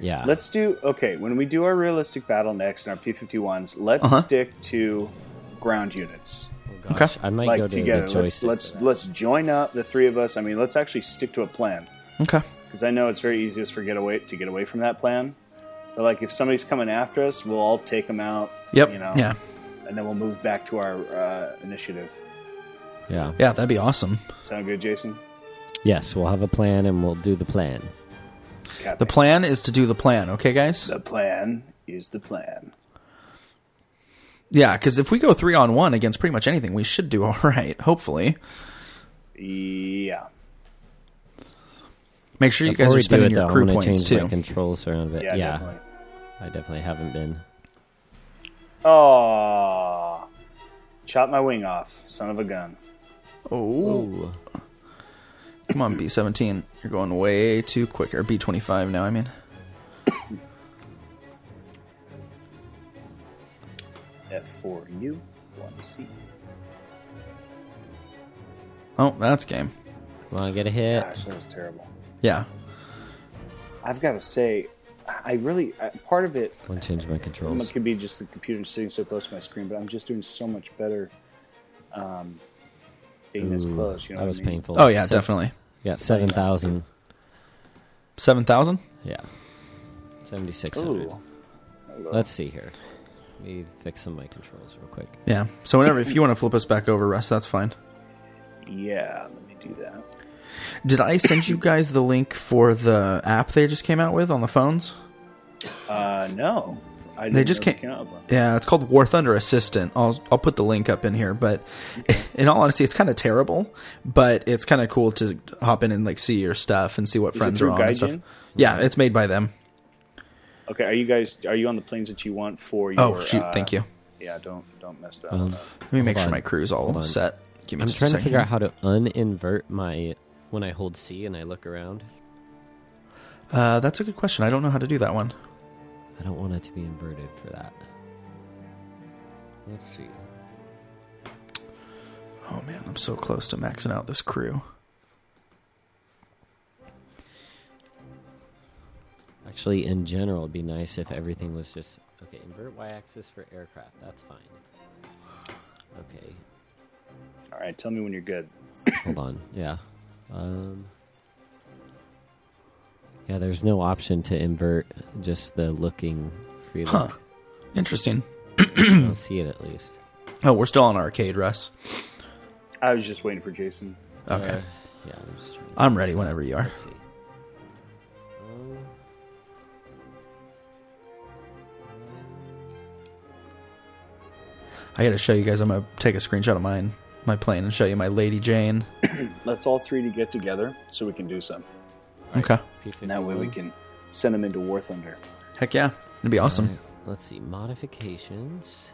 S2: Yeah.
S3: Let's do okay. When we do our realistic battle next and our P fifty ones, let's
S1: Uh-huh.
S3: stick to ground units.
S2: Oh, gosh. I might go
S3: Like
S2: to
S3: together,
S2: the
S3: let's
S2: joystick.
S3: let's let's join up the three of us. I mean, let's actually stick to a plan
S1: Okay.
S3: because I know it's very easy for get away to get away from that plan. But like, if somebody's coming after us, we'll all take them out.
S1: Yep.
S3: You know.
S1: Yeah.
S3: And then we'll move back to our uh, initiative.
S2: yeah.
S1: Yeah, that'd be awesome.
S3: Sound good, Jason?
S2: Yes, we'll have a plan and we'll do the plan.
S3: Copy.
S1: The plan is to do the plan, okay, guys?
S3: The plan is the plan.
S1: Yeah, because if we go three on one against pretty much anything, we should do all right, hopefully.
S3: Yeah.
S1: Make sure you
S2: Before
S1: guys are
S2: we do
S1: spending
S2: it,
S1: your
S2: though,
S1: crew
S2: I want to
S1: points
S2: change
S1: too.
S2: my controls around it.
S3: Yeah.
S2: Yeah,
S3: Definitely.
S2: I definitely haven't been.
S3: Oh, chop my wing off, son of a gun.
S1: Oh,
S2: Ooh.
S1: come on, B seventeen. You're going way too quick. Or B twenty five now. I mean,
S3: F four U one C.
S1: oh, that's game.
S2: Come on, get a hit.
S3: Gosh, that was terrible.
S1: Yeah,
S3: I've got to say, I really I, part of it
S2: I want to change my
S3: it
S2: controls.
S3: could be just the computer sitting so close to my screen, but I'm just doing so much better. Um, being this
S2: Ooh,
S3: close, you know,
S2: that
S3: what
S2: was
S3: I mean?
S2: painful.
S1: Oh yeah,
S2: Se-
S1: definitely.
S2: Yeah, 7,000.
S1: Seven thousand.
S2: Yeah. 7,600.
S3: Ooh.
S2: Let's see here. Let me fix some of my controls real quick.
S1: Yeah. So whenever, if you want to flip us back over, Russ, that's fine.
S3: Yeah, let me do that.
S1: Did I send you guys the link for the app they just came out with on the phones?
S3: Uh, no, I didn't
S1: They just
S3: know
S1: came.
S3: it out with one.
S1: Yeah, it's called War Thunder Assistant. I'll I'll put the link up in here, but in all honesty, it's kind of terrible, but it's kind of cool to hop in and like see your stuff and see what
S3: it
S1: friends are
S3: through
S1: on and stuff.
S3: Gaijin?
S1: Yeah, it's made by them.
S3: Okay, are you guys are you on the planes that you want for your?
S1: Oh shoot,
S3: uh,
S1: thank you.
S3: Yeah, don't don't mess that
S2: Um,
S3: up.
S1: Let me make
S2: hold
S1: sure
S2: on.
S1: my crew's all
S2: Hold on.
S1: set. Give me
S2: I'm
S1: just
S2: trying
S1: a
S2: to
S1: second.
S2: figure out how to uninvert my when I hold C and I look around.
S1: Uh, that's a good question. I don't know how to do that one.
S2: I don't want it to be inverted for that. Let's see.
S1: Oh man, I'm so close to maxing out this crew.
S2: Actually, in general, it'd be nice if everything was just okay. Invert y-axis for aircraft. That's fine. Okay,
S3: All right, tell me when you're good.
S2: hold on. Yeah. Um, yeah, there's no option to invert just the looking free
S1: Huh.
S2: look.
S1: Interesting.
S2: I don't see it at least.
S1: Oh, we're still on arcade, Russ.
S3: I was just waiting for Jason.
S1: Okay.
S2: Uh, yeah, I'm just trying to
S1: I'm ready whenever you are.
S2: let's see. Um,
S1: I gotta show you guys. I'm gonna take a screenshot of mine, my plane, and show you my Lady Jane.
S3: Let's all three to get together so we can do some.
S1: Okay.
S2: P51.
S3: And that way we can send them into War Thunder.
S1: Heck yeah, it'd be awesome.
S2: Alright, let's see modifications.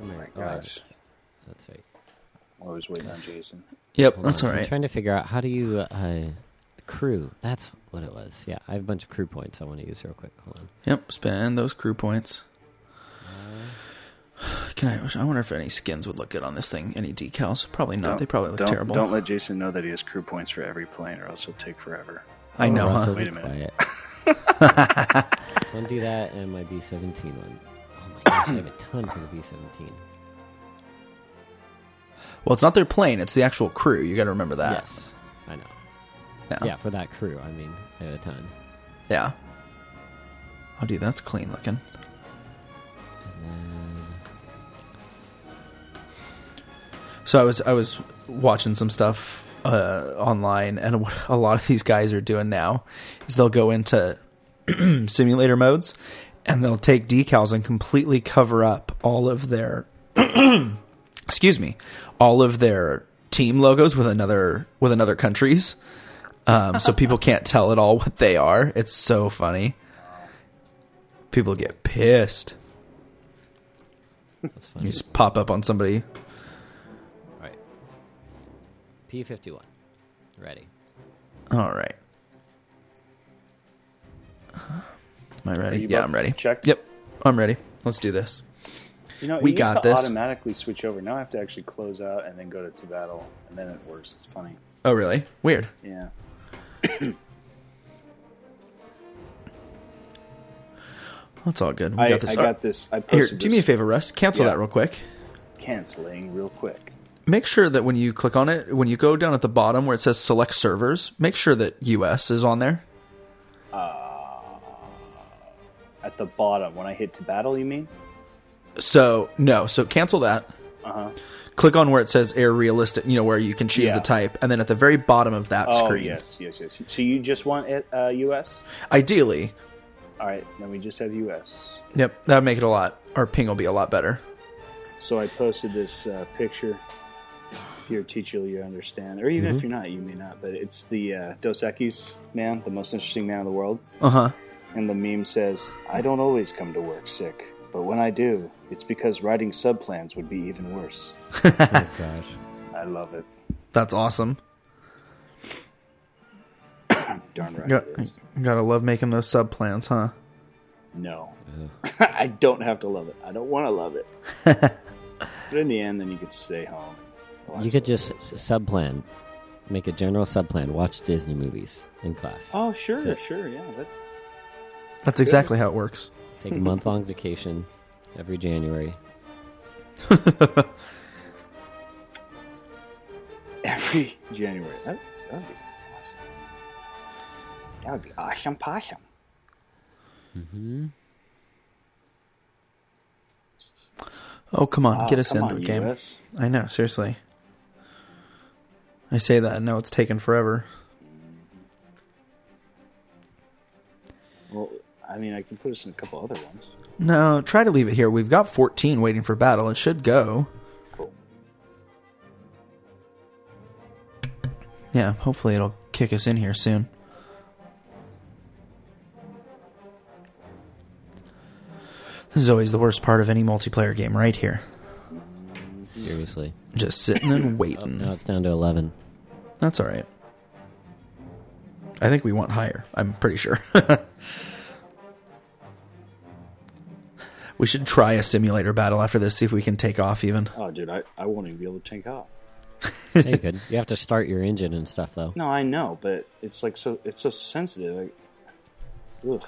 S2: Oh my,
S3: Gosh,
S2: that's right.
S3: I was waiting on Jason.
S1: Yep,
S2: Hold
S1: that's
S2: on,
S1: all
S2: I'm
S1: right.
S2: trying to figure out how do you uh, crew. That's what it was. Yeah, I have a bunch of crew points I want to use real quick. Hold on.
S1: Yep, spend those crew points. Can I? I wonder if any skins would look good on this thing. Any decals? Probably not. They probably look
S3: don't,
S1: terrible.
S3: Don't let Jason know that he has crew points for every plane, or else he'll take forever.
S1: I know,
S2: Russell,
S1: huh?
S2: be
S3: Wait a minute.
S2: quiet. Don't do that and my B17 one. Oh my gosh, I have a ton for the B17.
S1: Well, it's not their plane; it's the actual crew. You got to remember that.
S2: Yes, I know.
S1: Yeah.
S2: Yeah, for that crew, I mean, I have a ton.
S1: Yeah. Oh, dude, that's clean looking. So I was I was watching some stuff uh, online, and what a lot of these guys are doing now is they'll go into simulator modes, and they'll take decals and completely cover up all of their excuse me, all of their team logos with another with another countries. Um, so people can't tell at all what they are. It's so funny. People get pissed.
S2: That's
S1: You
S2: funny.
S1: just pop up on somebody.
S2: All right. P51. Ready.
S1: All right. Am I ready?
S3: you
S1: Yeah,
S3: both
S1: I'm ready.
S3: checked?
S1: Yep, I'm ready. Let's do this.
S3: You know,
S1: We
S3: we it
S1: got
S3: used to
S1: this.
S3: automatically switch over. Now I have to actually close out and then go to to battle, and then it works. It's funny.
S1: Oh, really? Weird.
S3: Yeah.
S1: That's all good. We
S3: I,
S1: got this.
S3: I
S1: All
S3: got this. I
S1: right. Here,
S3: posted
S1: do me a
S3: this
S1: favor, Russ. Cancel
S3: Yeah.
S1: that real quick.
S3: canceling real quick.
S1: Make sure that when you click on it, when you go down at the bottom where it says select servers, make sure that US is on there.
S3: At the bottom, when I hit to battle, you mean?
S1: So, no. So cancel that.
S3: Uh huh.
S1: Click on where it says air realistic, you know, where you can choose
S3: Yeah.
S1: the type. And then at the very bottom of that
S3: Oh
S1: screen,
S3: yes, yes, yes. So you just want it, uh, U.S.
S1: ideally,
S3: All right, then we just have U.S.
S1: yep, that'd make it a lot, our ping will be a lot better.
S3: So I posted this uh, picture. If you're a teacher, you understand. Or even if
S2: Mm-hmm.
S3: you're not, you may not. But it's the uh, Dos Equis man, the most interesting man in the world.
S1: Uh huh.
S3: And the meme says, I don't always come to work sick, but when I do, it's because writing subplans would be even worse.
S2: Oh, gosh.
S3: I love it.
S1: That's awesome.
S3: Darn right
S1: Got,
S3: it is.
S1: gotta love making those sub plans, huh?
S3: No. I don't have to love it. I don't want to love it. but in the end, then you could stay home.
S2: You could just s- subplan, make a general subplan, watch Disney movies in class.
S3: Oh, sure,
S2: That's it.
S3: sure, yeah. That,
S1: That's exactly how it works.
S2: Take a month long vacation every January.
S3: every January. That, that would be awesome. That would be awesome, possum.
S1: Oh, come on,
S3: Oh,
S1: get us
S3: come
S1: into
S3: on,
S1: the game.
S3: US.
S1: I know, seriously. I say that, and now it's taken forever.
S3: Well, I mean, I can put us in a couple other ones.
S1: No, try to leave it here. We've got 14 waiting for battle. It should go.
S3: Cool.
S1: Yeah, hopefully it'll kick us in here soon. This is always the worst part of any multiplayer game, right here.
S2: Seriously.
S1: Just sitting and
S2: Oh,
S1: waiting.
S2: now it's down to 11.
S1: That's all right. I think we want higher. I'm pretty sure. we should try a simulator battle after this, see if we can take off even.
S3: Oh, dude, I, I won't even be able to take off.
S2: Yeah, you could. You have to start your engine and stuff, though.
S3: No, I know, but it's like so. It's so sensitive. Like, ugh.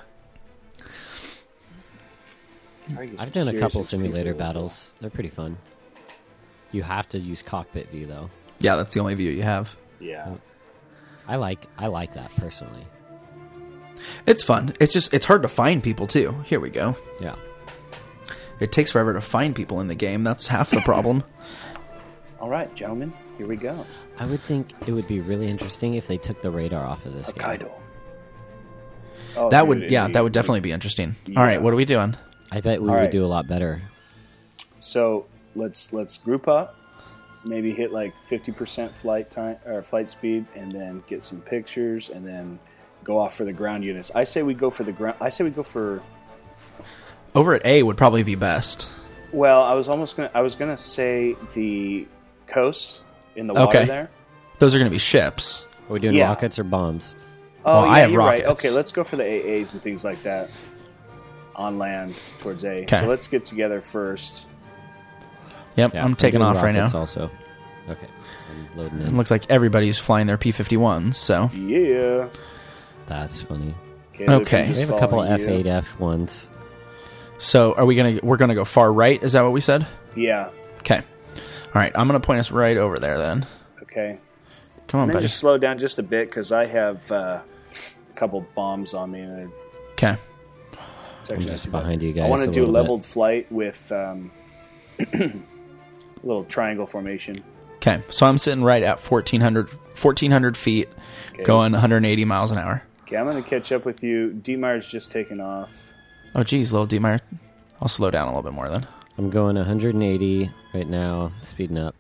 S3: I get some
S2: I've done a
S3: serious
S2: couple
S3: HP
S2: simulator
S3: for that.
S2: battles. They're pretty fun. You have to use cockpit view, though.
S1: Yeah, that's the only view you have.
S3: Yeah,
S2: Oh. I like I like that personally.
S1: It's fun. It's just it's hard to find people too. Here we go.
S2: Yeah.
S1: It takes forever to find people in the game. That's half the problem.
S3: All right, gentlemen, here we go.
S2: I would think it would be really interesting if they took the radar off of this game.
S3: Hokkaido. Oh,
S1: that
S3: dude,
S1: would
S3: it'd
S1: yeah,
S3: be-
S1: that would definitely be interesting. All right,
S3: Yeah.
S1: what are we doing?
S2: I bet we
S3: All
S2: would
S3: right.
S2: do a lot better.
S3: So let's let's group up. Maybe hit like fifty percent flight time or flight speed, and then get some pictures, and then go off for the ground units. I say we go for the ground. I say we go for
S1: Over at A would probably be best.
S3: Well, I was almost gonna. I was gonna say the coast in the water
S1: Okay.
S3: there.
S1: Those are going to be ships.
S2: Are we doing
S3: Yeah.
S2: rockets or bombs?
S3: Oh,
S1: Well,
S3: yeah,
S1: I have
S3: you're Right.
S1: rockets.
S3: Okay, let's go for the AAs and things like that on land towards A.
S1: Okay.
S3: So let's get together first.
S1: Yep,
S2: Yeah,
S1: I'm taking
S2: doing
S1: off right now.
S2: rockets Also, okay, I'm loading
S1: It
S3: Mm.
S2: in.
S1: looks like everybody's flying their P51s, so
S3: Yeah.
S2: That's funny.
S3: Caleb,
S1: Okay.
S3: I'm
S1: We
S2: We
S3: just
S2: have a couple
S3: following you.
S2: F8 F ones.
S1: So are we gonna we're gonna go far right? Is that what we said?
S3: Yeah.
S1: Okay. All right, I'm gonna point us right over there then.
S3: Okay.
S1: Come on,
S3: And then
S1: buddy.
S3: just slow down just a bit because I have uh, a couple bombs on me. And
S1: Okay.
S3: it's actually
S2: just
S3: not too bad.
S2: behind you guys
S3: I want
S2: a
S3: to do
S2: little
S3: leveled flight with um, a little triangle formation.
S1: Okay. So I'm sitting right at 1400, 1400 feet,
S3: Okay.
S1: going 180 miles an hour.
S3: Okay, I'm going to catch up with you. Demire's just taken off.
S1: Oh, geez, little Demeyer. I'll slow down a little bit more then.
S2: I'm going 180 right now, speeding up.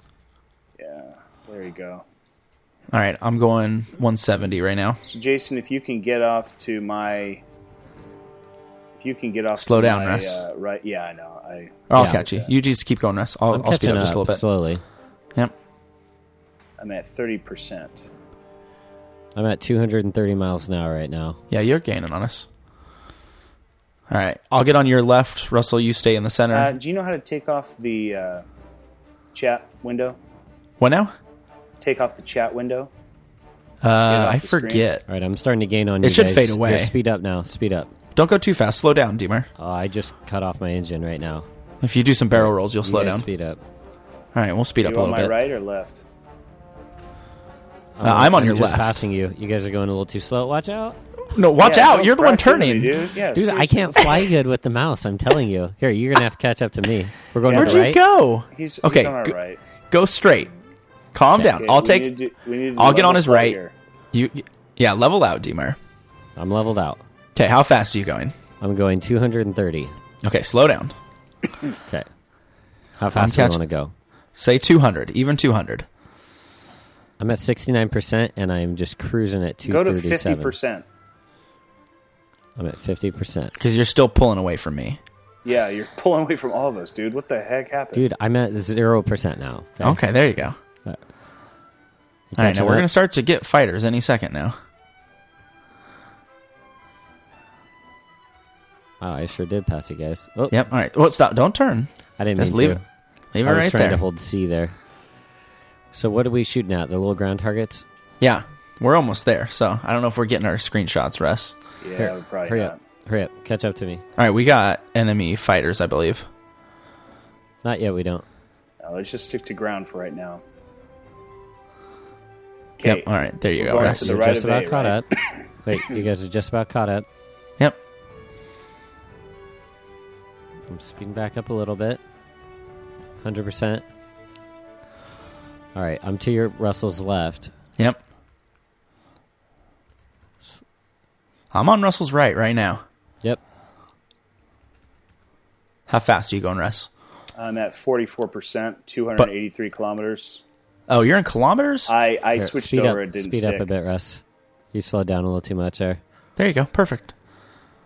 S3: Yeah, there you go.
S1: All right, I'm going 170 right now.
S3: So Jason, if you can get off to my, if you can get off.
S1: Slow
S3: to
S1: down,
S3: my,
S1: Russ.
S3: Uh, right. Yeah, I know. I.
S1: Or Oh, I'll
S2: Yeah.
S1: catch you. You just keep going, Russ. I'll,
S2: I'm
S1: I'll speed
S2: catching
S1: up
S2: up
S1: just a little bit.
S2: slowly.
S1: Yep.
S3: I'm at thirty percent.
S2: I'm at 230 miles an hour right now.
S1: Yeah, you're gaining on us. All right, I'll get on your left. Russell, you stay in the center.
S3: Uh, do you know how to take off the uh, chat window?
S1: what now?
S3: Take off the chat window.
S1: Uh, I
S3: the screen.
S1: forget.
S2: All right, I'm starting to gain on
S1: It
S2: you
S1: should
S2: guys.
S1: fade away.
S2: Here, speed up now. Speed up.
S1: Don't go too fast. Slow down, Demer.
S2: Oh, I just cut off my engine right now.
S1: If you do some barrel rolls, you'll
S2: You
S1: slow
S2: guys
S1: down.
S2: Speed up.
S1: All right, we'll speed up
S3: You
S1: a
S3: on
S1: little
S3: my
S1: bit.
S3: right or left?
S1: Uh, I'm on your
S2: just
S1: left.
S2: passing you. You guys are going a little too slow. Watch out.
S1: No, watch
S3: Yeah,
S1: out.
S3: no
S1: You're the one
S3: proximity,
S1: turning.
S3: dude. Yeah,
S2: Dude, I
S3: seriously.
S2: can't fly good with the mouse. I'm telling you. Here, you're gonna have to catch up to me. We're going to
S1: Where'd
S2: the
S1: you
S2: right.
S1: go?
S3: He's, he's
S1: okay,
S3: on our
S1: go,
S3: right.
S1: go straight. Calm down.
S3: Okay,
S1: I'll
S3: we
S1: take
S3: need to do- we need to
S1: I'll get
S3: level
S1: on his
S3: play
S1: right.
S3: here.
S1: you. Yeah, level out, Demer.
S2: I'm leveled out.
S1: Okay, how fast are you going?
S2: I'm going 230.
S1: Okay, slow down.
S2: Okay. How fast do
S1: catch-
S2: I want to go?
S1: Say 200, even 200.
S2: I'm at 69% and I'm just cruising at
S3: Go to
S2: 237.
S3: fifty percent.
S2: I'm at 50%.
S1: Because you're still pulling away from me.
S3: Yeah, you're pulling away from all of us, dude. What the heck happened?
S2: Dude, I'm at 0% now.
S1: Okay, there you go. All right, now we're going to start to get fighters any second now.
S2: Wow, I sure did pass you guys. Oh,
S1: Yep. All right. Well, stop. Don't turn.
S2: I didn't
S1: Just
S2: mean
S1: leave.
S2: to.
S1: Leave
S2: I
S1: it
S2: was
S1: right
S2: trying
S1: there.
S2: to hold C there. So what are we shooting at? The little ground targets?
S1: Yeah, we're almost there. So I don't know if we're getting our screenshots, Russ.
S3: yeah,
S2: Here,
S3: we're probably
S2: hurry
S3: not.
S2: up. Hurry up. Catch up to me.
S1: All right, we got enemy fighters, I believe.
S2: Not yet, we don't.
S3: No, let's just stick to ground for right now.
S1: Yep. All right, there you
S3: We're
S1: go,
S3: going
S1: Russ.
S3: to the
S2: You're
S3: right
S2: just
S3: of
S2: about
S3: A,
S2: caught
S3: right?
S2: up. Wait, you guys are just about caught up.
S1: Yep.
S2: I'm speeding back up a little bit. 100%. All right, I'm to your Russell's left.
S1: Yep. I'm on Russell's right right now.
S2: Yep.
S1: How fast are you going, Russ?
S3: I'm at 44%, 283 kilometers.
S1: Oh, you're in kilometers.
S3: I, I
S2: Here,
S3: switched
S2: speed
S3: over.
S2: up,
S3: it didn't
S2: Speed
S3: stick.
S2: up a bit, Russ. You slowed down a little too much there.
S1: There you go. Perfect.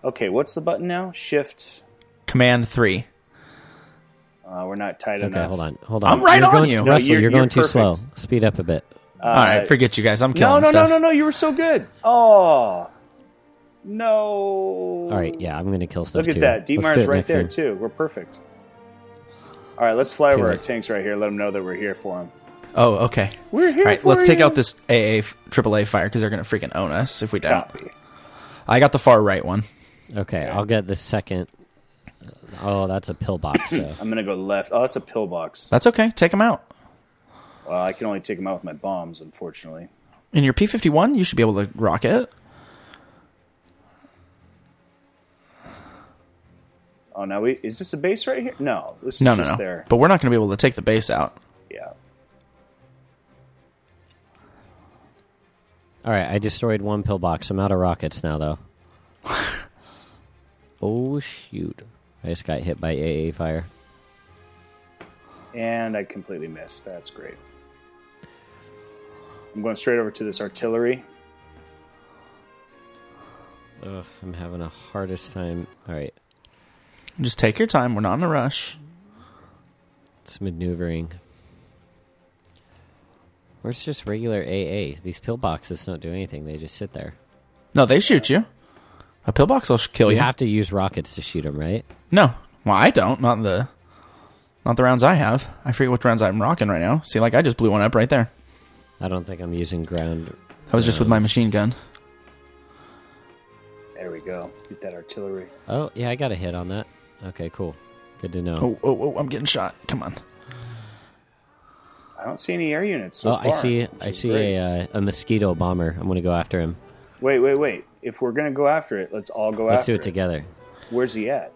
S3: Okay, what's the button now? Shift.
S1: Command three.
S3: Uh, we're not tight
S2: Okay,
S3: enough.
S2: hold on. Hold on.
S1: I'm right
S2: You're
S1: on
S2: going,
S1: you. No,
S2: Russell,
S3: you're-
S2: you're, going
S3: you're
S2: too slow.
S3: perfect.
S2: Speed up a bit.
S1: All
S3: Uh,
S1: right, forget you guys. I'm
S3: No,
S1: killing
S3: no, no,
S1: stuff.
S3: no, no. You were so good. Oh. No.
S2: All right, yeah, I'm going to kill stuff
S3: Look at
S2: too.
S3: that.
S2: Let's
S3: Dietmar's
S2: do it
S3: right
S2: next
S3: there,
S2: time.
S3: too. We're perfect. All right, let's fly over our
S2: late.
S3: tanks right here. Let them know that we're here for them.
S1: Oh, okay.
S3: We're here
S1: All right,
S3: for
S1: let's take
S3: you.
S1: out this AA f- AAA fire because they're gonna freaking own us if we don't.
S3: Copy.
S1: I got the far right one.
S2: Okay, I'll get the second. Oh, that's a pillbox. So.
S3: I'm going to go left. Oh, that's a pillbox.
S1: That's okay. Take them out.
S3: Well, I can only take them out with my bombs, unfortunately.
S1: In your P fifty one, you should be able to rock it.
S3: Oh, now we is this a base right here? No, this is
S1: No, no, no.
S3: just there.
S1: But we're not gonna be able to take the base out.
S3: yeah,
S2: All right, I destroyed one pillbox. I'm out of rockets now, though. oh shoot! I just got hit by AA fire.
S3: and I completely missed. That's great. I'm going straight over to this artillery.
S2: Ugh, I'm having the hardest time. All right,
S1: Just take your time. We're not in a rush.
S2: it's maneuvering. Where's just regular AA? These pillboxes don't do anything. They just sit there.
S1: No, they shoot you. A pillbox will sh- kill
S2: You
S1: you.
S2: have to use rockets to shoot them, right?
S1: no, well, I don't. Not in the, not the rounds I have. I forget which rounds I'm rocking right now. See, like I just blew one up right there.
S2: I don't think I'm using ground.
S1: That was just with my
S2: rounds.
S1: machine gun.
S3: There we go. Get that artillery.
S2: Oh yeah, I got a hit on that. Okay, cool. Good to know.
S1: Oh, oh, oh! I'm getting shot. Come on.
S3: I don't see any air units so
S2: oh,
S3: far.
S2: I see.
S3: which
S2: I
S3: is
S2: see
S3: great.
S2: a uh, a mosquito bomber. I'm gonna go after him.
S3: Wait, wait, wait. If we're gonna go after it, let's all go
S2: Let's
S3: after
S2: do it together.
S3: Where's he at?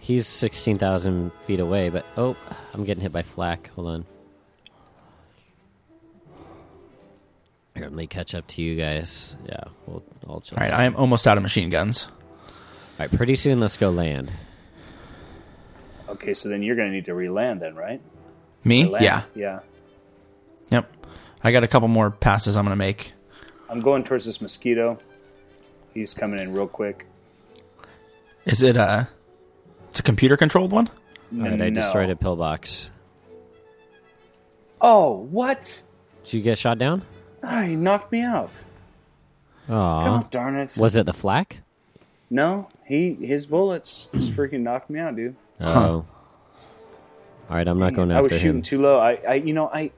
S2: He's 16,000 feet away, but oh, I'm getting hit by flak. Hold on. Here, let me catch up to you guys. Yeah, we'll all.
S1: All right, I am almost out of machine guns.
S2: All right, pretty soon let's go land.
S3: Okay, so then you're going to need to reland then, right?
S1: Me?
S3: Land.
S1: Yeah.
S3: Yeah.
S1: Yep. I got a couple more passes I'm gonna make.
S3: I'm going towards this mosquito. He's coming in real quick.
S1: Is it a? It's a computer controlled one.
S2: All right, Oh, I destroyed a pillbox.
S3: Oh, what?
S2: Did you get shot down?
S3: Ah, he knocked me out.
S2: Aw.
S3: God darn it.
S2: Was it the flak?
S3: No, he his bullets just freaking knocked me out, dude.
S2: Oh. All right, I'm not going
S3: I was
S2: after
S3: shooting
S2: him.
S3: too low. I, I you know, I.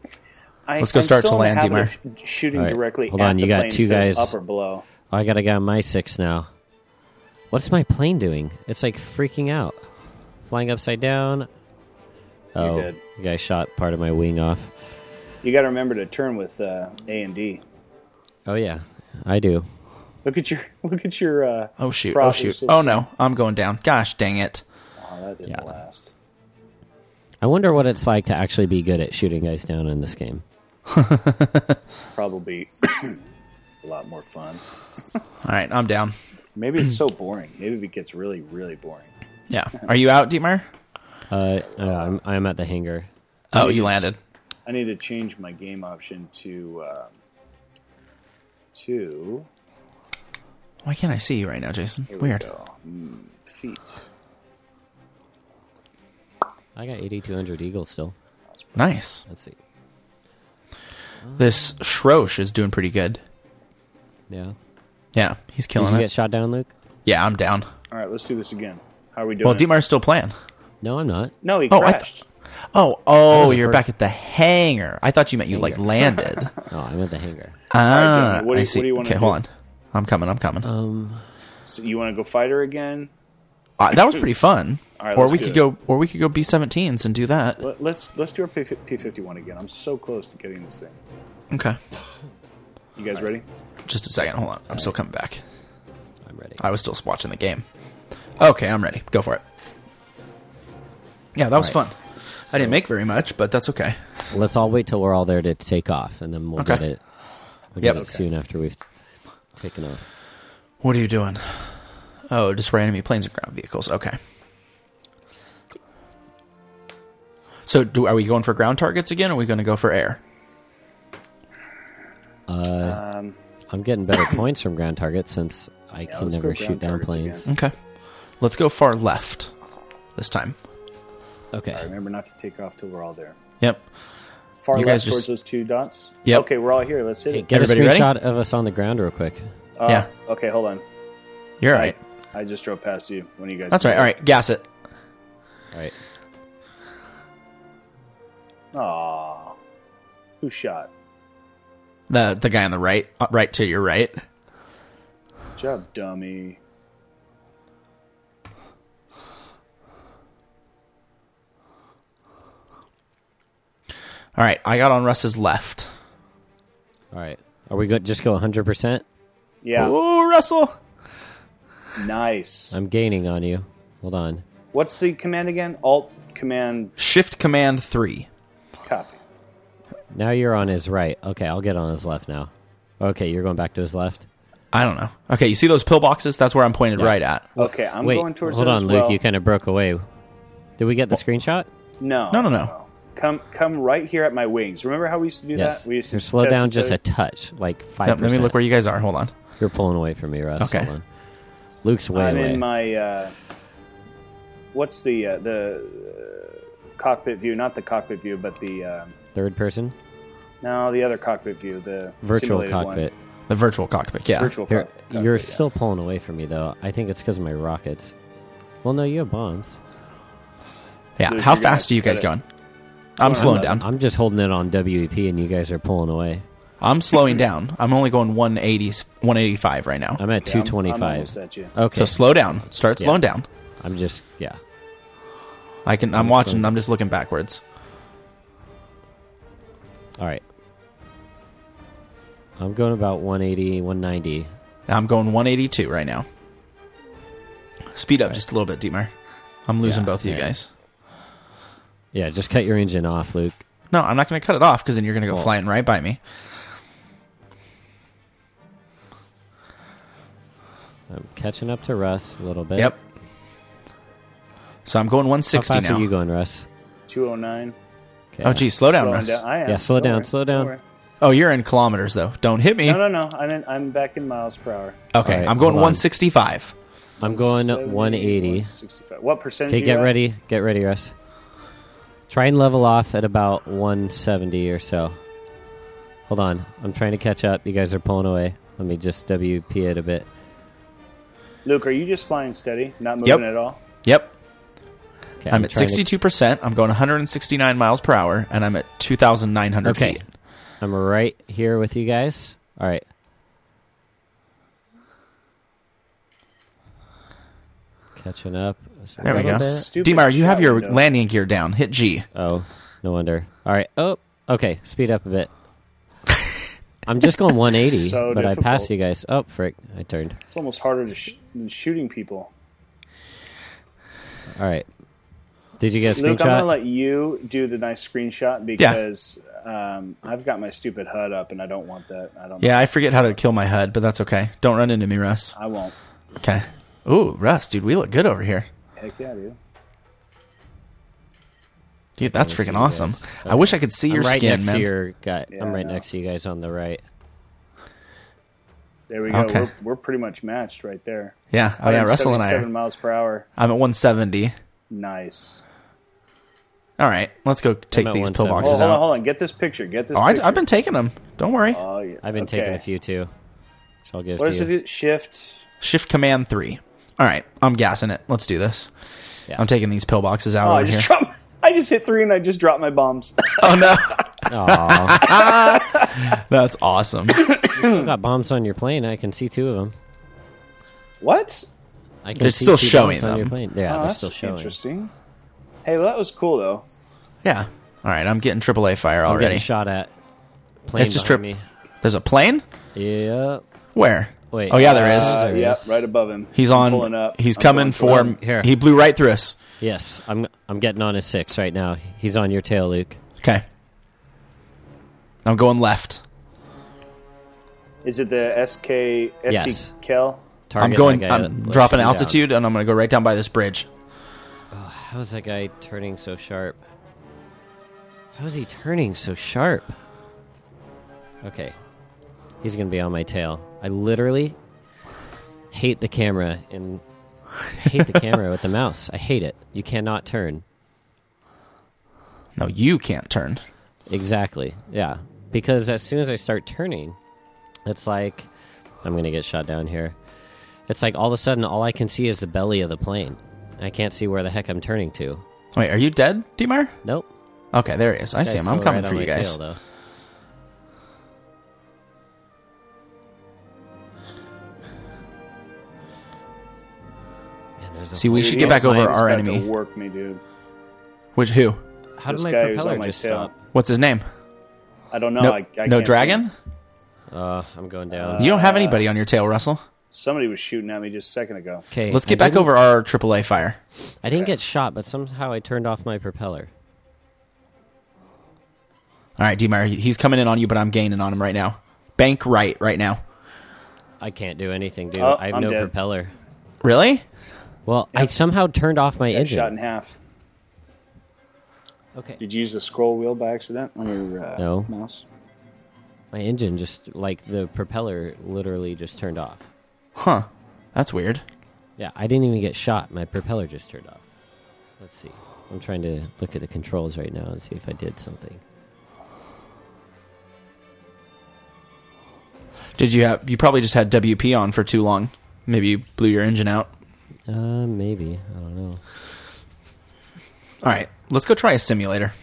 S3: I
S1: Let's go
S3: I'm
S1: start
S3: still
S1: to
S3: in
S1: land,
S3: the habit of
S1: Dietmar.
S3: sh- Shooting
S2: All right,
S3: directly.
S2: hold
S3: at
S2: on,
S3: the
S2: you got
S3: plane
S2: two
S3: instead of
S2: guys.
S3: Up or below.
S2: Oh, I got a guy on my six now. What's my plane doing? It's like freaking out, flying upside down. Oh,
S3: did.
S2: the guy shot part of my wing off.
S3: You got to remember to turn with uh, A and D.
S2: Oh yeah, I do.
S3: Look at your look at your. Uh,
S1: Oh shoot! Oh
S3: Probably
S1: shoot!
S3: so.
S1: Oh no! I'm going down. Gosh dang it!
S3: oh, that didn't
S2: Yeah.
S3: last.
S2: I wonder what it's like to actually be good at shooting guys down in this game.
S3: Probably a lot more fun.
S1: All right, I'm down.
S3: Maybe it's so boring. Maybe it gets really really boring.
S1: Yeah. Are you out, Dietmar?
S2: Uh, uh, I'm, I'm at the hangar.
S1: Oh, you landed.
S3: I need to change my game option to um, to
S1: Why can't I see you right now, Jason?
S3: here we
S1: Weird.
S3: go. Mm, feet.
S2: I got 8,200 eagles still.
S1: Nice.
S2: Let's see.
S1: This Shrosh is doing pretty good.
S2: Yeah.
S1: Yeah, he's
S2: Did
S1: killing
S2: you
S1: it.
S2: get shot down, Luke?
S1: yeah, I'm down.
S3: All right, let's do this again. How are we doing?
S1: Well, Dietmar's still playing.
S2: No, I'm not.
S3: no, he
S1: Oh, I
S3: crashed.
S1: Oh, oh,
S2: the
S1: you're
S2: first-
S1: back at the hangar. I thought you meant you like
S2: Hangar.
S1: landed.
S2: No, I'm at Oh, the hangar.
S1: ah,
S3: Dietmar, what do
S1: I
S3: you-
S1: see.
S3: what do you wanna
S1: okay,
S3: do?
S1: hold on. I'm coming. I'm coming.
S2: Um,
S3: So you want to go fight her again?
S1: Uh, that was pretty fun.
S3: All right,
S1: or
S3: let's
S1: we
S3: do
S1: could
S3: it.
S1: go, or we could go B17s and do that.
S3: Let, let's let's do our P fifty one again. I'm so close to getting this thing.
S1: Okay,
S3: You guys ready?
S1: just a second. Hold on. I'm still coming back.
S2: I'm ready.
S1: I was still watching the game. Okay, I'm ready. Go for it. Yeah, that was
S2: right.
S1: fun. I didn't make very much, but that's okay.
S2: Let's all wait till we're all there to take off, and then we'll
S1: Okay.
S2: get it. We'll
S1: Yep.
S2: get it
S1: Okay.
S2: soon after we've taken off.
S1: What are you doing? Oh, destroy enemy planes and ground vehicles. Okay. So, do, are we going for ground targets again? Or are we going to go for air?
S3: Um,
S2: Uh, I'm getting better points from ground targets since I can
S3: let's go
S2: never
S3: ground
S2: shoot down
S3: targets
S2: planes.
S1: Okay. Let's go far left this time.
S2: Okay.
S3: remember not to take off till we're all there.
S1: Yep.
S3: Far
S1: You guys
S3: left
S1: just-
S3: towards those two dots.
S1: Yep.
S3: Okay, we're all here. Let's hit
S2: Hey,
S3: it.
S2: get a
S1: Everybody
S2: screenshot of us on the ground real quick.
S3: Uh,
S1: yeah.
S3: Okay, hold on.
S1: You're right.
S3: I just drove past you when you guys.
S1: That's right. All right. Gas it.
S2: All right.
S3: Aw. Who shot?
S1: The the guy on the right, uh, right to your right.
S3: Good job, dummy.
S1: All right. I got on Russ's left.
S2: All right. Are we good? Just go 100%?
S3: Yeah.
S1: Ooh, Russell.
S3: Nice.
S2: I'm gaining on you. Hold on.
S3: What's the command again? Alt command
S1: Shift command three.
S3: copy.
S2: Now you're on his right. Okay, I'll get on his left now. Okay, you're going back to his left.
S1: I don't know. Okay, you see those pillboxes? That's where I'm pointed
S2: Yeah.
S1: right at.
S3: Okay, I'm
S2: Wait,
S3: going towards.
S2: hold
S3: it
S2: on,
S3: as
S2: Luke.
S3: well.
S2: You kind of broke away. Did we get the screenshot?
S3: No.
S1: No, no, no.
S3: Come, come right here at my wings. Remember how we used to do
S2: Yes.
S3: that? We used to
S2: You're slow
S3: test
S2: down
S3: each
S2: just
S3: other?
S2: a touch, like five.
S1: Yep, let me look where you guys are. Hold on.
S2: You're pulling away from me, Russ.
S1: Okay.
S2: Hold on. Luke's way
S3: I'm
S2: away.
S3: in my. Uh, what's the uh, the uh, cockpit view? Not the cockpit view, but the um,
S2: Third person,
S3: no, the other cockpit view, the
S2: virtual
S3: simulated one.
S2: cockpit.
S1: The virtual cockpit. Yeah.
S3: Virtual
S2: Here,
S3: cock- cockpit.
S2: you're
S3: yeah.
S2: still pulling away from me though. I think it's because of my rockets. Well, no, you have bombs.
S1: Yeah.
S3: Luke,
S1: How
S3: you're gonna
S1: fast are you guys
S3: get it.
S1: going? I'm slowing
S3: I'm-
S1: down.
S2: I'm just holding it on WEP, and you guys are pulling away.
S1: I'm slowing down. I'm only going 180, 185 right now.
S2: I'm at
S3: Yeah, I'm- I'm
S2: 225.
S3: almost at you.
S2: okay,
S1: So slow down. Start
S2: Yeah.
S1: slowing down.
S2: I'm just yeah.
S1: I can. I'm
S2: I'm
S1: watching.
S2: slowing-
S1: I'm just looking backwards.
S2: All right. I'm going about 180, 190.
S1: I'm going 182 right now. Speed up just a little bit, Dietmar. I'm losing
S2: Yeah,
S1: both of you
S2: yeah.
S1: guys.
S2: Yeah, just cut your engine off, Luke.
S1: No, I'm not going to cut it off because then you're going to go flying right by me.
S2: I'm catching up to Russ a little bit.
S1: Yep. So I'm going
S2: How
S1: 160
S2: fast
S1: now.
S2: are you going, Russ?
S3: 209.
S2: Okay.
S1: Oh, geez, slow down,
S3: Slowing
S1: Russ.
S3: I am.
S2: Yeah, slow
S3: Don't
S2: down,
S3: worry.
S2: slow
S3: Don't
S2: down.
S3: worry.
S1: Oh, you're in kilometers though. Don't hit me.
S3: No, no, no. I'm in, I'm back in miles per hour.
S1: Okay,
S2: All right,
S1: I'm going
S2: hold on.
S1: 165.
S2: I'm going
S3: 70,
S2: 180.
S3: 165. What percentage?
S2: Okay,
S3: you
S2: get
S3: at?
S2: ready. Get ready, Russ. Try and level off at about 170 or so. Hold on. I'm trying to catch up. You guys are pulling away. Let me just WP it a bit.
S3: Luke, are you just flying steady, not moving
S1: Yep.
S3: at all?
S1: Yep,
S2: Okay,
S1: I'm at
S2: trying to-
S1: 62 percent. I'm going 169 miles per hour, and I'm at 2,900
S2: Okay.
S1: feet.
S2: I'm right here with you guys. All right. Catching up. Just a
S1: There we
S2: little
S1: go.
S2: bit.
S3: Stupid
S1: Diemar, you have
S3: shot
S1: your
S3: window.
S1: landing gear down. Hit G.
S2: Oh, no wonder. All right. Oh, okay. Speed up a bit. I'm just going 180,
S3: So
S2: but I passed
S3: difficult.
S2: you guys. Oh, frick. I turned.
S3: It's almost harder to sh- than shooting people.
S2: All right. Did you get a
S3: Luke, I'm gonna
S2: screenshot?
S3: let you do the nice screenshot because um, I've got my stupid HUD up and I don't want that. I don't.
S1: Yeah, I forget how to kill my HUD, but that's okay. Don't run into me, Russ.
S3: I won't.
S1: Okay. Ooh, Russ, dude, we look good over here.
S3: Heck yeah, dude.
S1: Dude, that's
S2: Let me see
S1: freaking
S2: you
S1: awesome.
S2: guys.
S1: I wish I could see
S2: I'm
S1: your
S2: right
S1: skin,
S2: next
S1: man.
S2: to your guy.
S3: Yeah,
S2: I'm right
S3: no.
S2: next to you guys on the right.
S3: There we go.
S1: Okay.
S3: We're, we're pretty much matched right there.
S1: Yeah. Oh yeah, Russell and I. Are,
S3: 177 miles per hour.
S1: I'm at 170.
S3: Nice.
S1: All right, let's go take
S2: at
S1: these
S2: 170.
S3: Oh,
S1: pillboxes
S3: hold on,
S1: out.
S3: hold on. Get this picture. Get this.
S1: Oh, I,
S3: picture.
S1: I've been taking them. Don't worry.
S3: Oh, yeah.
S2: I've been taking
S3: Okay.
S2: a few too, which I'll give
S3: What
S2: to
S3: does
S2: you.
S3: it do? Shift.
S1: Shift Command three. All right, I'm gassing it. Let's do this.
S2: Yeah.
S1: I'm taking these pillboxes out
S3: Oh, I
S1: over here.
S3: just dropped. I just hit three and I just dropped my bombs.
S1: oh no,
S2: Aw.
S1: that's awesome.
S2: I've got bombs on your plane. I can see two of them.
S3: what?
S2: I can
S1: They're
S2: see
S1: still
S2: two
S1: showing
S2: bombs on your
S1: them.
S2: plane. Yeah,
S3: Oh,
S2: they're
S3: that's
S2: still showing.
S3: interesting. Hey, well, that was cool though.
S1: yeah. All right, I'm getting AAA fire
S2: I'm
S1: already.
S2: getting shot at. Plane
S1: just
S2: behind
S1: trip- There's a plane.
S2: me. Yeah.
S1: Where?
S2: Wait.
S1: Oh yeah, there is.
S2: Uh,
S3: Uh,
S2: There he
S3: yeah,
S2: is.
S3: right above him.
S1: he's
S3: I'm
S1: on.
S3: Pulling up.
S1: He's
S3: I'm
S1: coming
S3: going for
S1: for.
S3: him.
S2: him. Here.
S1: He blew right through us.
S2: Yes, I'm. I'm getting on his six right now. He's on your tail, Luke.
S1: Okay. I'm going left.
S3: Is it the SK SC
S2: Yes.
S3: Kel?
S2: Target
S1: I'm going.
S2: that guy
S1: I'm
S2: that let
S1: dropping
S2: you down.
S1: altitude, and I'm going to go right down by this bridge.
S2: How is that guy turning so sharp? How is he turning so sharp? Okay. He's going to be on my tail. I literally hate the camera and hate the camera with the mouse. I hate it. You cannot turn.
S1: No, you can't turn.
S2: Exactly. Yeah. Because as soon as I start turning, it's like I'm going to get shot down here. It's like all of a sudden all I can see is the belly of the plane. I can't see where the heck I'm turning to.
S1: Wait, are you dead, Dimar?
S2: Nope.
S1: Okay, there he is. I see
S2: Guy's
S1: him. I'm
S2: still
S1: coming
S2: right
S1: for
S2: on
S1: you
S2: my
S1: guys.
S2: tail, though. Man, there's a
S1: See, we
S2: whole
S1: should get
S2: lot of
S3: E
S1: back over
S2: signs.
S1: our
S3: He's about to
S1: enemy.
S3: Work me, dude.
S1: Which who?
S2: How did
S3: This
S2: my
S3: guy who's
S2: propeller
S3: on my
S2: just
S3: tail.
S2: stop?
S1: What's his name?
S3: I don't know.
S1: no,
S3: I, I
S1: no
S3: can't see
S1: dragon.
S3: him.
S2: Uh, I'm going down.
S1: You don't have anybody on your tail, Russell.
S3: Somebody was shooting at me just a second ago.
S2: okay,
S1: Let's get
S2: I
S1: back
S2: didn't-
S1: over our AAA fire.
S2: I didn't get shot, but somehow I turned off my propeller.
S1: All right, Diemar, he's coming in on you, but I'm gaining on him right now. Bank right right now.
S2: I can't do anything, dude.
S3: Oh,
S2: I have
S3: I'm
S2: no
S3: dead.
S2: propeller.
S1: Really?
S2: Well, I somehow turned off my
S3: Got
S2: engine.
S3: shot in half.
S2: Okay.
S3: Did you use the scroll wheel by accident on your uh,
S2: No.
S3: mouse?
S2: My engine just like the propeller literally just turned off.
S1: Huh. That's weird.
S2: Yeah, I didn't even get shot. My propeller just turned off. Let's see. I'm trying to look at the controls right now and see if I did something.
S1: Did you have? You probably just had WP on for too long. Maybe you blew your engine out.
S2: Uh, maybe. I don't know.
S1: All right, let's go try a simulator.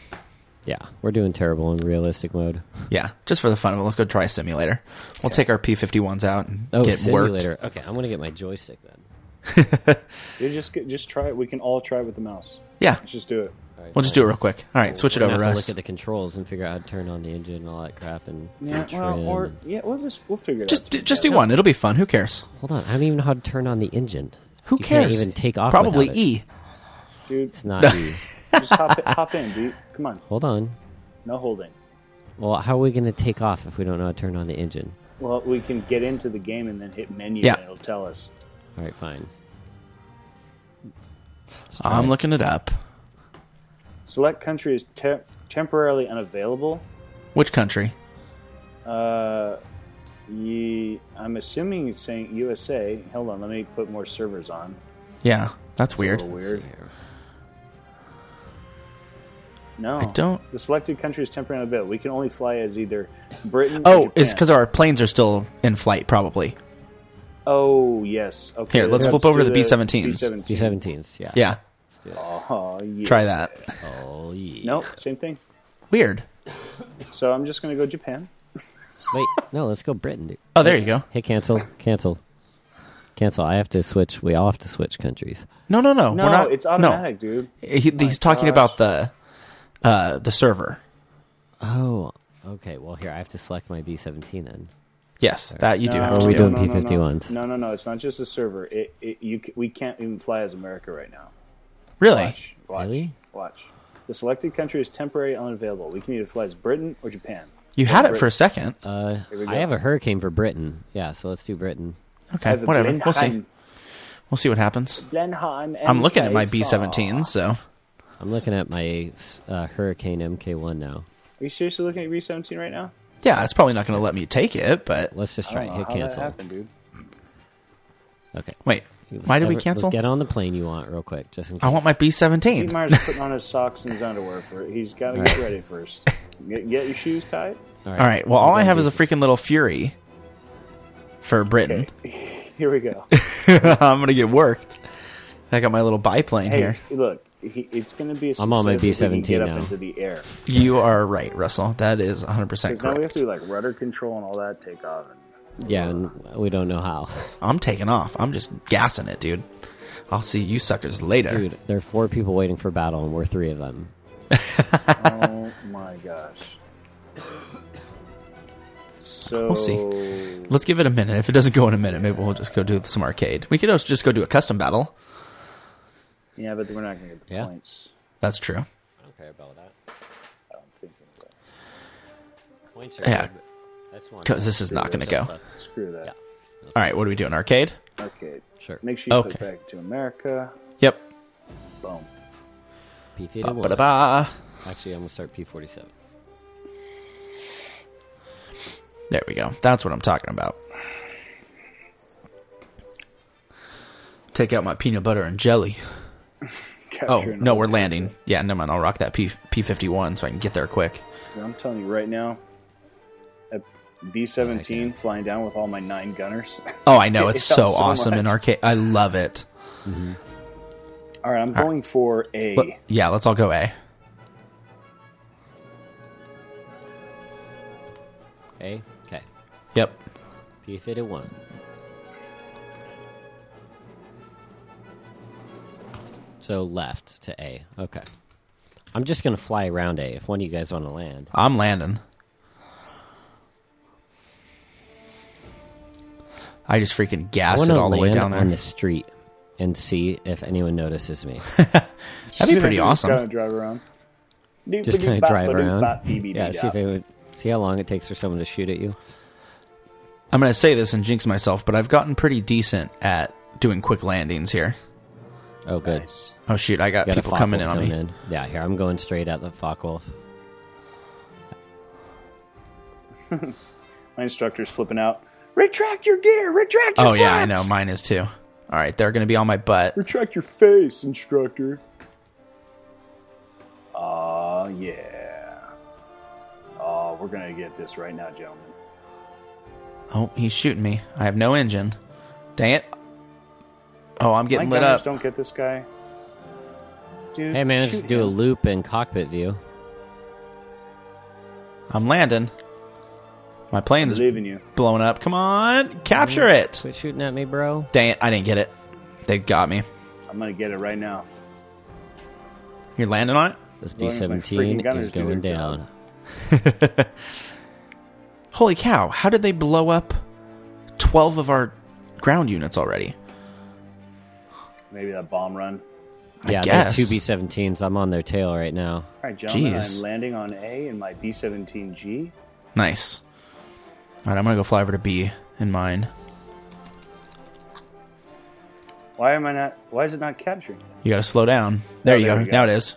S2: Yeah, we're doing terrible in realistic mode.
S1: Yeah, just for the fun of it, let's go try a simulator. We'll take our P51s out and
S2: Oh,
S1: get
S2: simulator.
S1: worked.
S2: Okay, I'm gonna get my joystick then.
S3: Dude, just get- just try it. We can all try it with the mouse.
S1: Yeah,
S3: Let's just do it.
S2: All right,
S1: we'll just do it real quick. All right, switch it
S2: we're gonna
S1: over,
S2: have to
S1: Russ.
S2: Look at the controls and figure out how to turn on the engine and all that crap. And
S3: Yeah,
S2: do
S3: well,
S2: trim.
S3: or yeah, we'll just we'll figure it
S1: Just
S3: out.
S1: d- just do one. It'll be fun. Who cares?
S2: hold on, I don't even know how to turn on the engine.
S1: Who
S2: You
S1: cares?
S2: Can't even take off.
S1: Probably
S2: without it.
S1: E.
S3: dude.
S2: It's not E.
S3: Just hop, hop in, dude. Come on,
S2: Hold on.
S3: no holding.
S2: Well, how are we gonna take off if we don't know how to turn on the engine?
S3: Well, we can get into the game and then hit menu,
S1: Yeah.
S3: and it'll tell us.
S2: All right, fine. Let's try
S1: I'm
S2: it.
S1: looking it up.
S3: Select country is te- temporarily unavailable.
S1: Which country?
S3: Uh, ye, I'm assuming it's saying USA. Hold on, let me put more servers on.
S1: Yeah, that's weird.
S3: A little
S2: Let's see
S3: weird.
S2: here.
S3: No,
S1: I don't.
S3: The selected country is temporarily unavailable. We can only fly as either Britain. or
S1: Oh, it's
S3: Japan.
S1: because our planes are still in flight, probably.
S3: Oh yes. Okay.
S1: Here, let's flip over to the B-17s.
S3: B17.
S2: G17s, yeah.
S1: Yeah,
S2: Let's do it.
S3: Oh yeah.
S1: try that.
S2: Oh, yeah.
S3: Nope. Same thing.
S1: Weird.
S3: So I'm just gonna go Japan.
S2: Wait, no, let's go Britain, dude.
S1: Oh, there you go.
S2: Hey, cancel, cancel, cancel. I have to switch. We all have to switch countries.
S1: No, no, no.
S3: No,
S1: we're not,
S3: it's automatic, dude. Oh
S1: No. He, he's talking
S3: gosh.
S1: about the uh, the server.
S2: Oh, okay. Well, here I have to select my B17 then.
S1: Yes, that you do
S3: No,
S1: have
S2: Or
S1: to.
S2: we
S1: do.
S2: doing
S3: no, no, no,
S2: P-51s?
S3: No, no, no. It's not just a server. It, it you c- we can't even fly as America right now.
S1: Really?
S3: Watch, watch,
S2: Really?
S3: watch. The selected country is temporarily unavailable. We can either fly as Britain or Japan.
S1: You had it for a second.
S2: Uh,
S3: we
S2: I
S3: go.
S2: have a hurricane for Britain. Yeah, so let's do Britain.
S1: Okay,
S3: Either
S1: whatever. We'll see.
S3: Blenheim-
S1: We'll see what happens.
S3: Blenheim
S1: I'm looking at my
S3: MK4.
S1: B-17, so
S2: I'm looking at my uh, Hurricane MK1 now.
S3: Are you seriously looking at B17 right now?
S1: yeah, it's probably not going to let me take it. But
S2: Let's just
S3: I
S2: try it.
S3: don't know
S2: Hit
S3: how
S2: cancel.
S3: Oh, that happened, dude.
S2: Okay.
S1: wait,
S2: Let's
S1: why did we
S2: ever- let's
S1: cancel?
S2: Get on the plane you want real quick, just in case.
S1: I want my
S3: Pete
S1: B-17.
S3: Meyer's putting on his socks and his underwear. For he's got to get
S2: Alright.
S3: ready first. Get, get your shoes tied.
S1: All right. Well,
S2: I'm
S1: all I
S2: going
S1: have is a
S2: B-
S1: freaking little Fury for Britain.
S3: Here we go.
S1: I'm gonna get worked. I got my little biplane
S3: Hey,
S1: here.
S3: look, he, it's going to be. A
S2: I'm on my
S3: success if we can
S2: B17
S3: get
S2: now.
S3: up into the air.
S1: You are right, Russell. That is 100%
S3: Because now we have
S1: correct.
S3: to do like rudder control and all that take off.
S2: Yeah, and we don't know how.
S1: I'm taking off. I'm just gassing it, dude. I'll see you suckers later.
S2: Dude, there are four people waiting for battle, and we're three of them.
S3: oh my gosh. So
S1: We'll see. Let's give it a minute. If it doesn't go in a minute, maybe we'll just go do some arcade. We could also just go do a custom battle.
S3: Yeah, but we're not going to get the
S2: Yeah.
S3: points.
S1: That's true.
S2: I don't care about that.
S3: I don't think. of that.
S2: Points
S1: Yeah.
S2: good, but that's one.
S1: 'Cause this is not gonna go.
S3: Screw that.
S1: All right, what are we doing? Arcade?
S3: Okay.
S2: Sure.
S3: Make sure you click
S1: Okay.
S3: back to America.
S1: Yep.
S3: Boom.
S2: P51.
S1: Ba-ba-da-ba.
S2: Actually, I'm gonna start P47.
S1: There we go. That's what I'm talking about. Take out my peanut butter and jelly. Oh,
S3: Capture an
S1: no, we're
S3: object.
S1: landing. Yeah, never mind. I'll rock that P- P51 so I can get there quick.
S3: I'm telling you right now, a B-17
S2: Okay.
S3: flying down with all my nine gunners.
S1: Oh, I know. It's
S3: It
S1: so
S3: helps so
S1: awesome in
S3: much.
S1: arcade. I love it.
S3: all right, I'm going for a.
S1: But, yeah, let's all go A.
S2: A. Okay.
S1: Yep.
S2: P51. So left to A. Okay. I'm just gonna fly around A if one of you guys want to land.
S1: I'm landing. I just freaking
S2: I
S1: gas
S2: want
S1: it
S2: to
S1: all the way
S2: land
S1: down there.
S2: on the street and see if anyone notices me.
S1: That'd be pretty
S3: Just
S1: awesome.
S3: kind of drive around.
S2: just kind of drive around. Yeah,
S3: Yeah,
S2: see if anyone, see how long it takes for someone to shoot at you.
S1: I'm going to say this and jinx myself, but I've gotten pretty decent at doing quick landings here.
S2: Oh, good.
S1: Oh, shoot. I got,
S2: Got a
S1: people
S2: Focke-Wulf
S1: coming in on me.
S2: Yeah, here I'm going straight at the Focke-Wulf.
S3: My instructor's flipping out. Retract your gear. Retract your.
S1: Oh, yeah, I
S3: flaps!
S1: know. Mine is too. All right. They're going to be on my butt.
S3: Retract your face, instructor. Ah, yeah. Oh, we're gonna get this right now, gentlemen.
S1: Oh, he's shooting me. I have no engine. Dang it. Oh, I'm getting
S3: my
S1: lit
S3: gunners
S1: up.
S3: don't get this guy. Dude,
S2: Hey, man,
S3: shoot
S2: just do a
S3: him.
S2: loop in cockpit view.
S1: I'm landing. My plane's
S3: Believe Mm-hmm. in you.
S1: blown up. Come on. Capture it.
S2: Quit shooting at me, bro.
S1: Dang it. I didn't get it. They got me.
S3: I'm gonna get it right now.
S1: You're landing on it?
S2: This
S3: long as my freaking
S2: B-17
S3: gunners
S2: is
S3: do
S2: going
S3: their
S2: down.
S1: Holy cow. How did they blow up 12 of our ground units already?
S3: Maybe that bomb run.
S2: Yeah,
S1: guess.
S2: there's two B-17s. I'm on their tail right now.
S3: All right, gentlemen,
S1: Jeez.
S3: I'm landing on A in my B-17G.
S1: Nice. All right, I'm going to go fly over to B in mine.
S3: Why am I not? Why is it not capturing?
S1: You gotta slow down. There you
S3: Oh, there
S1: go.
S3: we go.
S1: Now it is.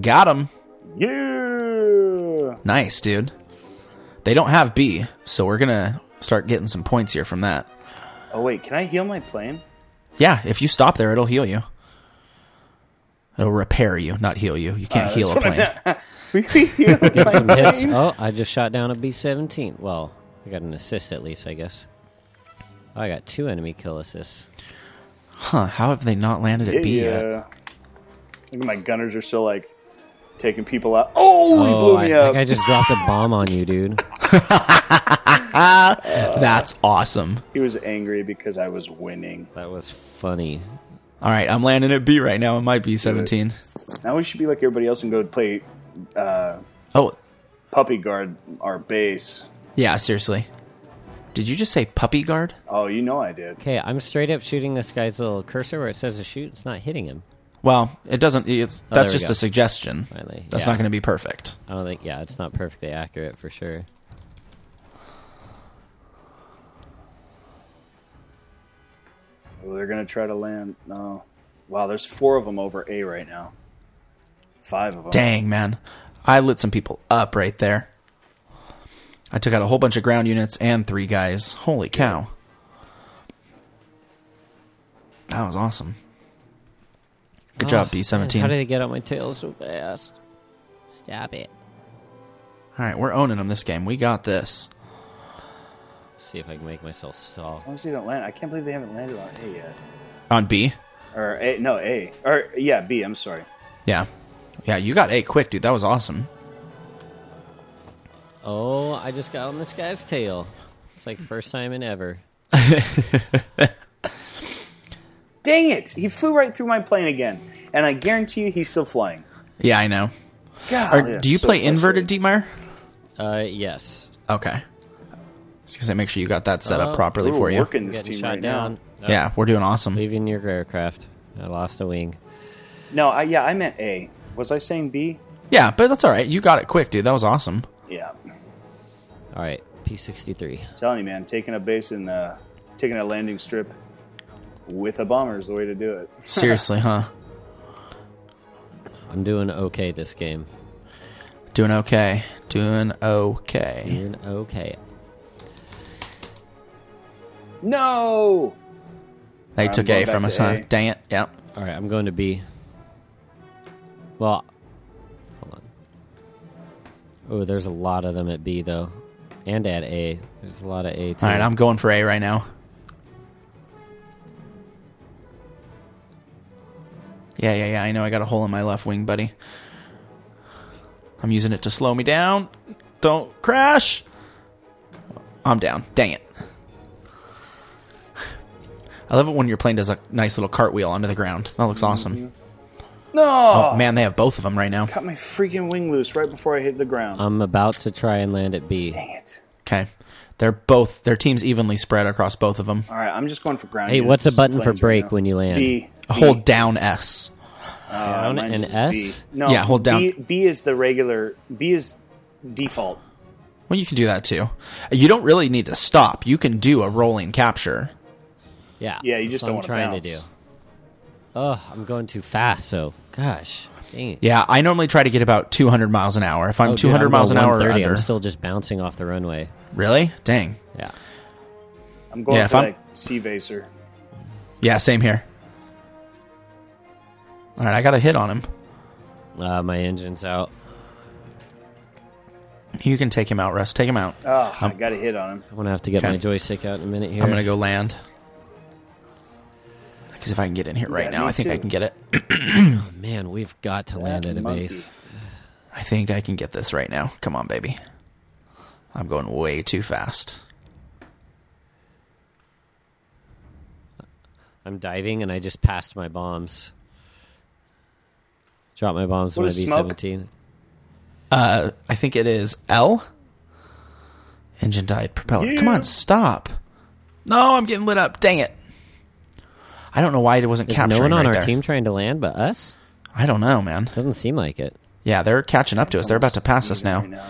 S1: Got him.
S3: Yeah.
S1: Nice, dude. They don't have B, so we're gonna start getting some points here from that.
S3: Oh wait, can I heal my plane?
S1: Yeah, if you stop there, it'll heal you. It'll repair you, not heal you. You can't heal a plane.
S3: We can heal my
S2: Get some hits.
S3: plane.
S2: Oh, I just shot down a B seventeen. Well, I got an assist at least, I guess. Oh, I got two enemy kill assists.
S1: Huh? How have they not landed at B yet?
S3: Yeah. Look at my gunners are still like taking people out. Oh, he
S2: Oh,
S3: blew
S2: I
S3: me
S2: think
S3: up.
S2: I just dropped a bomb on you, dude.
S1: That's awesome.
S3: He was angry because I was winning.
S2: That was funny.
S1: All right, I'm landing at B right now. It might be 17.
S3: Now we should be like everybody else and go play uh,
S1: Oh,
S3: puppy guard our base.
S1: yeah. Seriously, did you just say puppy guard?
S3: Oh, you know I did.
S2: Okay, I'm straight up shooting this guy's little cursor where it says to shoot. It's not hitting him.
S1: Well, it doesn't. It's
S2: Oh, there
S1: that's
S2: we
S1: just
S2: go.
S1: a suggestion.
S2: Finally,
S1: That's
S2: yeah.
S1: not going to be perfect.
S2: I don't think. Yeah, it's not perfectly accurate for sure.
S3: Oh, they're gonna try to land. No. Wow, there's four of them over A right now. Five of them.
S1: Dang, man, I lit some people up right there. I took out a whole bunch of ground units and three guys. Holy cow! That was awesome. Good job,
S2: Oh,
S1: B
S2: man, How
S1: seventeen.
S2: did they get on my tail so fast? Stab it.
S1: All right, we're owning them this game. We got this.
S2: see if I can make myself stall.
S3: As long as they don't land, I can't believe they haven't landed on A yet.
S1: On B,
S3: Or A, no A, or yeah B. I'm sorry.
S1: yeah, yeah. You got A quick, dude. That was awesome.
S2: Oh, I just got on this guy's tail. It's like the first time in ever.
S3: Dang it! He flew right through my plane again, and I guarantee you he's still flying.
S1: Yeah, I know.
S3: God,
S1: Are, do you play inverted Deepmeyer?
S2: Uh, yes.
S1: Okay. Just gonna say, make sure you got that set up
S2: Oh.
S1: properly for you.
S3: working
S2: I'm
S3: this
S2: getting
S3: team
S2: shot
S3: right
S2: down.
S3: now.
S2: Oh,
S1: Yeah, we're doing awesome.
S2: Leaving your aircraft. I lost a wing.
S3: No, I, yeah, I meant A. Was I saying B?
S1: Yeah, but that's all right. You got it quick, dude. That was awesome.
S3: Yeah.
S2: All right, P63.
S3: telling you, man, taking a base in the, taking a landing strip with a bomber is the way to do it.
S1: Seriously, huh?
S2: I'm doing okay this game.
S1: Doing okay. Doing okay.
S2: Doing okay.
S3: No.
S1: They
S3: I'm
S1: took
S3: going
S1: A from
S3: back
S1: us,
S3: to
S1: huh?
S3: A.
S1: Dang it. Yeah.
S2: All right, I'm going to B. Well, hold on. Oh, there's a lot of them at B though, and at A. There's a lot of A too.
S1: All right, I'm going for A right now. Yeah, yeah, yeah. I know I got a hole in my left wing, buddy. I'm using it to slow me down. Don't crash. I'm down. Dang it. I love it when your plane does a nice little cartwheel onto the ground. That
S3: Mm-hmm.
S1: looks awesome.
S3: No.
S1: Oh, man, they have both of them right now.
S3: Got my freaking wing loose right before I hit the ground.
S1: Uh.
S2: I'm about to try and land at B.
S3: Dang it.
S1: Okay. They're both their teams evenly spread across both of them.
S3: All right, I'm just going for ground.
S2: Hey,
S3: units.
S2: what's a button for
S3: Planes right
S2: brake
S3: now.
S2: when you land?
S3: B.
S1: Hold down S.
S3: Uh,
S2: down
S3: mine
S2: and
S3: is
S2: S?
S3: B. No,
S1: Yeah, hold down.
S3: B, B is the regular. B is default.
S1: Well, you can do that too. You don't really need to stop. You can do a rolling capture.
S2: Yeah.
S3: Yeah, you just
S2: what
S3: don't
S2: I'm
S3: wanna
S2: trying to do.
S3: bounce.
S2: Oh, I'm going too fast. So, gosh, dang it.
S1: Yeah, I normally try to get about 200 miles an hour. If I'm
S2: Oh, dude,
S1: 200
S2: I'm
S1: miles an
S2: going
S1: hour or
S2: 130.
S1: under,
S2: I'm still just bouncing off the runway.
S1: really? Dang.
S2: Yeah.
S3: I'm going
S1: Yeah, if
S3: for
S1: I'm-
S3: that sea vaser.
S1: Yeah, same here. All right, I got a hit on him.
S2: Uh, my engine's out.
S1: You can take him out, Russ. Take him out.
S3: Oh, I got a hit on him.
S2: I'm gonna have to get
S1: Okay.
S2: my joystick out in a minute here.
S1: I'm gonna go land. Because if I can get in here right
S3: Yeah,
S1: now,
S3: me
S1: I think I
S3: too.
S1: can get it.
S2: Man, we've got to land at a
S3: monkey.
S2: base.
S1: I think I can get this right now. Come on, baby. I'm going way too fast.
S2: I'm diving and I just passed my bombs. Drop my bombs to
S3: What
S2: my
S3: is smoke?
S2: B17.
S1: Uh, I think it is L. Engine died. Propeller. Come
S3: Yeah.
S1: on, stop. No, I'm getting lit up. Dang it. I don't know why it wasn't
S2: Is
S1: capturing
S2: no one on
S1: right
S2: our
S1: there.
S2: team trying to land but us?
S1: I don't know, man.
S2: Doesn't seem like it.
S1: Yeah, they're catching up to us. They're about to pass us now.
S3: Right now.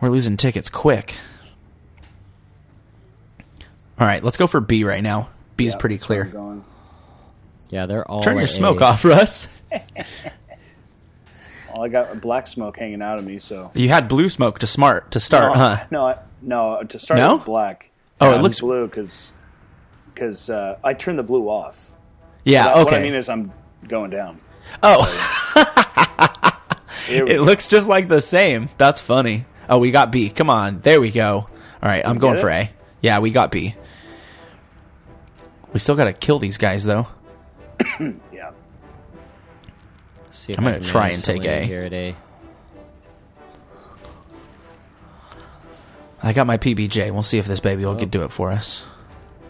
S1: We're losing tickets quick. All right, let's go for B right now. B is
S3: Yeah,
S1: pretty
S3: that's where I'm
S1: clear.
S3: going.
S2: Yeah, they're all
S1: Turn your
S2: at
S1: smoke
S2: Oh, A.
S1: off, Russ.
S3: Well, I got black smoke hanging out of me, so
S1: You had blue smoke to smart to
S3: no,
S1: start, huh?
S3: no, I- no. To start
S1: No?
S3: with black.
S1: Oh, it
S3: I'm
S1: looks-
S3: blue because because uh, I turned the blue off.
S1: Yeah.
S3: Uh,
S1: Ah, Okay.
S3: What I mean is I'm going down.
S1: oh,
S3: Here we
S1: it
S3: go.
S1: looks just like the same. That's funny. Oh, we got B. Come on, there we go. All right, I'm going
S3: get
S1: for
S3: it?
S1: A. Yeah, we got B. We still gotta kill these guys though.
S3: yeah.
S2: See if
S1: I'm
S2: I
S1: gonna
S2: can
S1: try
S2: manage
S1: and
S2: to
S1: take
S2: land
S1: A.
S2: Here at A.
S1: I got my PBJ. We'll see if this baby will
S3: Oh.
S1: get do it for us.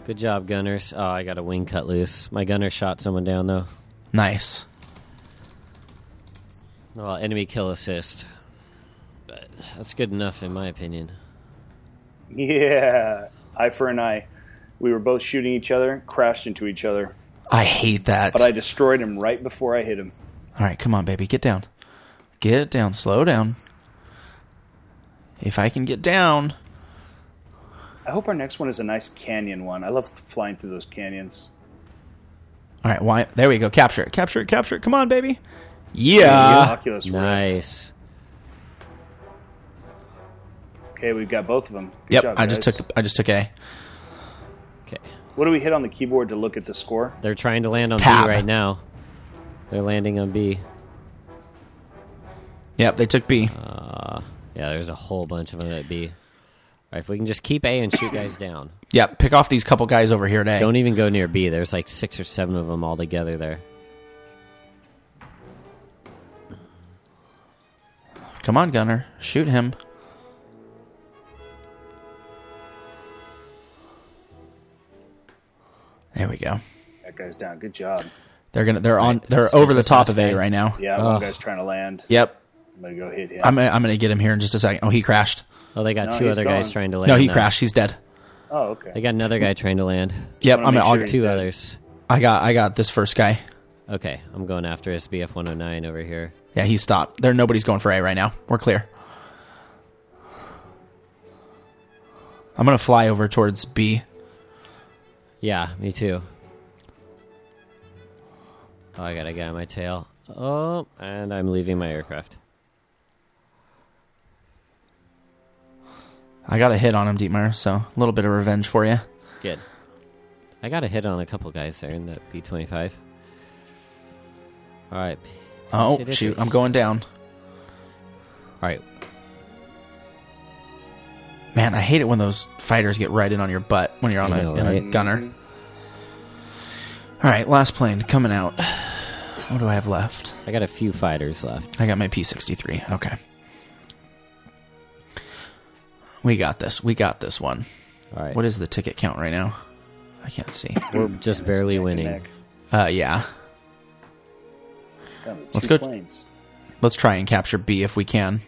S2: Good job, gunners. Oh, I got a wing cut loose. My gunner shot someone down though.
S1: Nice.
S2: Well, enemy kill assist. But that's good enough in my opinion.
S3: Yeah. Eye for an eye. We were both shooting each other, crashed into each other,
S1: I hate that.
S3: but I destroyed him right before I hit him.
S1: All right, come on, baby, get down. Get down. Slow down. If I can get down.
S3: I hope our next one is a nice canyon one. I love flying through those canyons.
S1: All right, why? There we go. Capture it. Capture it. Capture it. Come on, baby.
S3: The
S1: Yeah.
S3: Oculus Rift.
S2: Nice.
S3: Okay, we've got both of them. Good
S1: Yep.
S3: job,
S1: I just
S3: guys.
S1: took. The, I just took a.
S2: Okay.
S3: What do we hit on the keyboard to look at the score?
S2: They're trying to land on
S1: Tab.
S2: B right now. They're landing on B.
S1: Yep. They took B.
S2: Yeah, there's a whole bunch of them at B. All right, if we can just keep A and shoot guys down.
S1: Yep. Pick off these couple guys over here today.
S2: Don't even go near B. There's like six or seven of them all together there.
S1: Come on, Gunner. Shoot him. There we go.
S3: That guy's down. Good job.
S1: They're gonna. They're on. They're
S2: let's get
S1: over the
S2: this
S1: top
S2: last
S1: of A
S2: guy.
S1: right now.
S3: Yeah, one
S2: Ugh.
S3: guy's trying to land.
S1: Yep.
S3: I'm gonna go hit him.
S1: I'm. Gonna, I'm gonna get him here in just a second. Oh, he crashed.
S2: Oh, they got
S3: No,
S2: two
S3: he's
S2: other guys
S3: gone.
S2: trying to land.
S1: No, he
S2: now.
S1: crashed. He's dead.
S3: oh, okay.
S2: They got another guy trying to land.
S1: Yep.
S3: wanna
S1: I'm.
S3: make
S1: At,
S3: sure
S1: I'll-
S3: he's-
S2: Two
S3: dead.
S2: others.
S1: I got. I got this first guy.
S2: Okay, I'm going after SBF 109 over here.
S1: Yeah, he stopped. There, nobody's going for A right now. We're clear. I'm gonna fly over towards B.
S2: Yeah, me too. Oh, I got a guy on my tail. Oh, and I'm leaving my aircraft.
S1: I got a hit on him, Dietmar. So a little bit of revenge for you.
S2: Good. I got a hit on a couple guys there in that B25. All right.
S1: Oh
S2: Yes, it is
S1: shoot,
S2: a-
S1: I'm going down.
S2: All right.
S1: Man, I hate it when those fighters get right in on your butt when you're on
S2: I
S1: a,
S2: know,
S1: in a
S2: right?
S1: gunner. All right, last plane coming out. What do I have left?
S2: I got a few fighters left.
S1: I got my P63. Okay. We got this. We got this one.
S2: All right.
S1: What is the ticket count right now? I can't see.
S2: We're just barely winning.
S3: Neck.
S1: Uh, yeah.
S3: Got two
S1: Let's go-
S3: planes.
S1: Let's try and capture B if we can.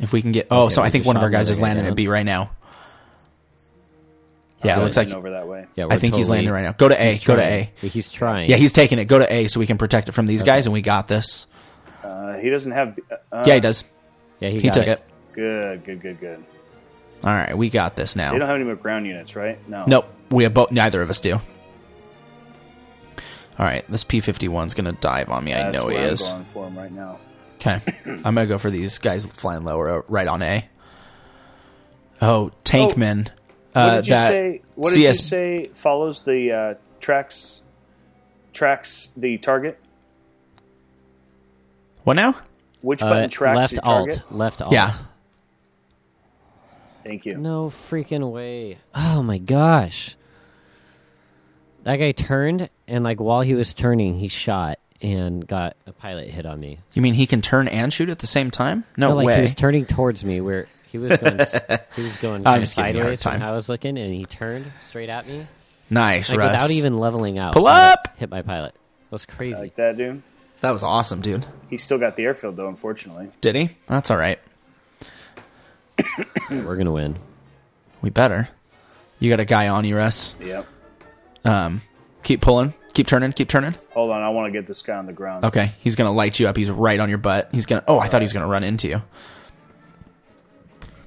S1: If we can get. Oh,
S2: Okay,
S1: so I
S2: we
S1: think
S2: just
S1: one of
S2: shot
S1: our guys
S2: another
S1: is
S2: guy
S1: landing
S2: down.
S1: at B right now. Yeah, it
S2: Good.
S1: looks like.
S3: Heading over that way.
S2: Yeah,
S1: I think he's landing right now. Go to A.
S2: he's
S1: Go to
S2: trying.
S1: A.
S2: He's trying.
S1: Yeah, he's taking it. Go to A so we can protect it from these guys, and we got this.
S3: Uh, he doesn't have. Uh,
S1: yeah, he does.
S2: yeah,
S1: He
S2: got
S1: took it.
S3: Good, good, good, good.
S1: All right, we got this now.
S3: They don't have any more ground units, right? No.
S1: Nope, we have both. Neither of us do. All right, this P51's gonna dive on me. I
S3: That's
S1: know he
S3: where I'm
S1: is.
S3: Going for him right now.
S1: Okay, I'm gonna go for these guys flying lower, uh, right on A. Oh, Tankman.
S3: What
S1: uh,
S3: did you
S1: that
S3: say? What did
S1: CS
S3: you say? Follows the uh, tracks. Tracks the target.
S1: What now?
S3: Which
S2: Uh,
S3: button tracks
S2: left
S3: your target?
S2: alt. Left alt.
S1: Yeah.
S3: Thank you.
S2: No freaking way. Oh my gosh. That guy turned and like while he was turning, he shot and got a pilot hit on me.
S1: You mean he can turn and shoot at the same time? No,
S2: No, like he
S1: way.
S2: was turning towards me where he was going s- he was going
S1: I'm
S2: kind of
S1: just giving you a hard
S2: sideways from
S1: time.
S2: how I was looking and he turned straight at me.
S1: nice,
S2: Like
S1: Russ.
S2: without even leveling out.
S1: Pull
S2: I
S1: up!
S2: Hit my pilot. That was crazy.
S3: Like that dude.
S1: That was awesome, dude.
S3: He's still got the airfield though, unfortunately.
S1: Did he? That's all right.
S2: We're gonna win.
S1: We better. You got a guy on you, Russ.
S3: Yep.
S1: Um, keep pulling. Keep turning. Keep turning.
S3: Hold on, I want to get this guy on the ground.
S1: Okay, he's gonna light you up. He's right on your butt. He's gonna. Oh, I thought he was gonna run into you.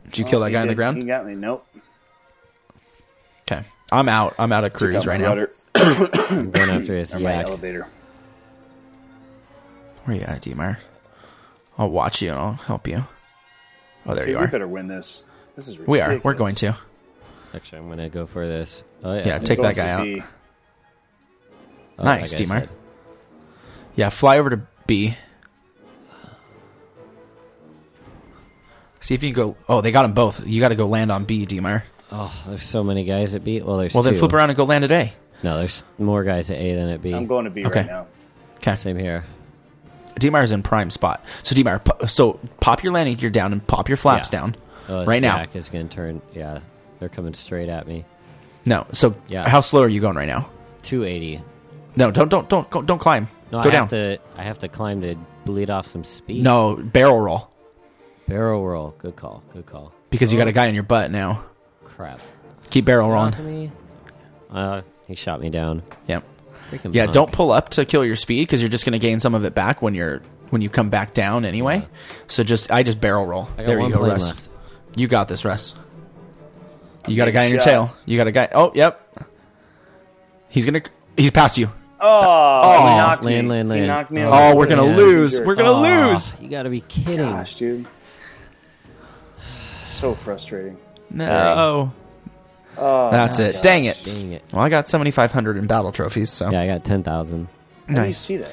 S1: Did you kill that
S3: He
S1: guy on the
S3: did- He
S1: ground?
S3: got me. Nope.
S1: Okay, I'm out. I'm out of cruise
S3: Got my
S1: right now.
S3: rudder.
S2: I'm going after his
S3: or my
S2: yak.
S3: elevator.
S1: Where you at, Dmar? I'll watch you and I'll help you. Oh, there
S3: Dude,
S1: you
S3: we
S1: are.
S3: better win this. This is
S1: We
S3: ridiculous.
S1: are. We're going to.
S2: Actually, I'm gonna go for this. Oh
S1: Yeah,
S2: yeah,
S1: take
S3: Going
S1: that guy
S3: to
S1: out.
S3: be-
S2: Oh,
S1: Nice,
S2: like I
S1: Dimar.
S2: said.
S1: Yeah, fly over to B. See if you can go. Oh, they got them both. You got to go land on B, Dmar.
S2: Oh, there's so many guys at B. Well, there's
S1: Well,
S2: two.
S1: then flip around and go land at A.
S2: No, there's more guys at A than at B.
S3: I'm going to be
S1: Okay.
S3: right now.
S1: Okay.
S2: Same here.
S1: Dmar's in prime spot. So Dmar, po- so pop your landing gear down and pop your flaps
S2: Yeah.
S1: down
S2: Oh, this
S1: right now.
S2: Jack is gonna turn. Yeah, they're coming straight at me.
S1: No. So
S2: Yeah.
S1: how slow are you going right now?
S2: 280.
S1: No, don't don't don't go- don't climb.
S2: No,
S1: go
S2: I
S1: down.
S2: have to. I have to climb to bleed off some speed.
S1: No, barrel roll
S2: barrel roll. Good call. Good call.
S1: because you got a guy in your butt now.
S2: Crap.
S1: Keep barrel rolling.
S2: Off of me. Uh, he shot me down.
S1: Yep.
S2: Freaking
S1: Yeah,
S2: punk.
S1: don't pull up to kill your speed because you're just going to gain some of it back when you're when you come back down anyway. So just I just barrel roll.
S2: I got
S1: there
S2: one
S1: you go,
S2: plane
S1: Russ.
S2: left.
S1: You got this, Russ. You got a
S3: taking
S1: guy in your
S3: shot.
S1: tail. You got a guy. Oh, yep. He's gonna. He's past you.
S3: Oh, oh he knocked
S2: land,
S3: me.
S2: land,
S3: He
S2: land.
S3: knocked me.
S2: Oh,
S1: Oh,
S3: over.
S1: we're gonna
S2: man.
S1: lose. We're gonna
S2: Aw,
S1: lose.
S2: You gotta be kidding.
S3: Gosh, dude. So frustrating.
S1: No.
S3: Oh,
S1: That's
S3: my
S1: it.
S3: gosh.
S1: Dang it.
S2: Dang it.
S1: Well, I got seventy five hundred in battle trophies, so
S2: Yeah, I got ten thousand.
S3: How do you
S1: Nice.
S3: see that?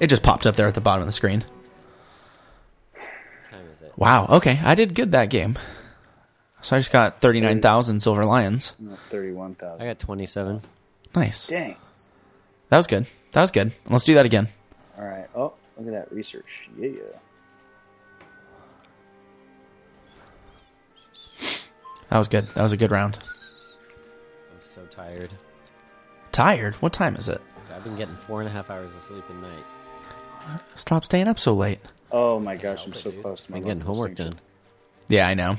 S1: it just popped up there at the bottom of the screen.
S2: Time is it?
S1: Wow. Okay, I did good that game. So I just got thirty nine thousand silver lions.
S3: No, Thirty-one
S2: I
S3: thousand.
S2: got twenty-seven.
S1: Nice.
S3: Dang.
S1: That was good. That was good. Let's do that again.
S3: All right. Oh, look at that research. Yeah, yeah.
S1: That was good. That was a good round.
S2: I'm so tired.
S1: Tired. What time is it?
S2: I've been getting four and a half hours of sleep a night.
S1: Stop staying up so late.
S3: Oh my gosh, I'm
S2: Help it,
S3: so
S2: dude.
S3: close to my.
S2: I'm getting
S3: level
S2: homework
S3: extinction.
S2: done.
S1: Yeah, I know.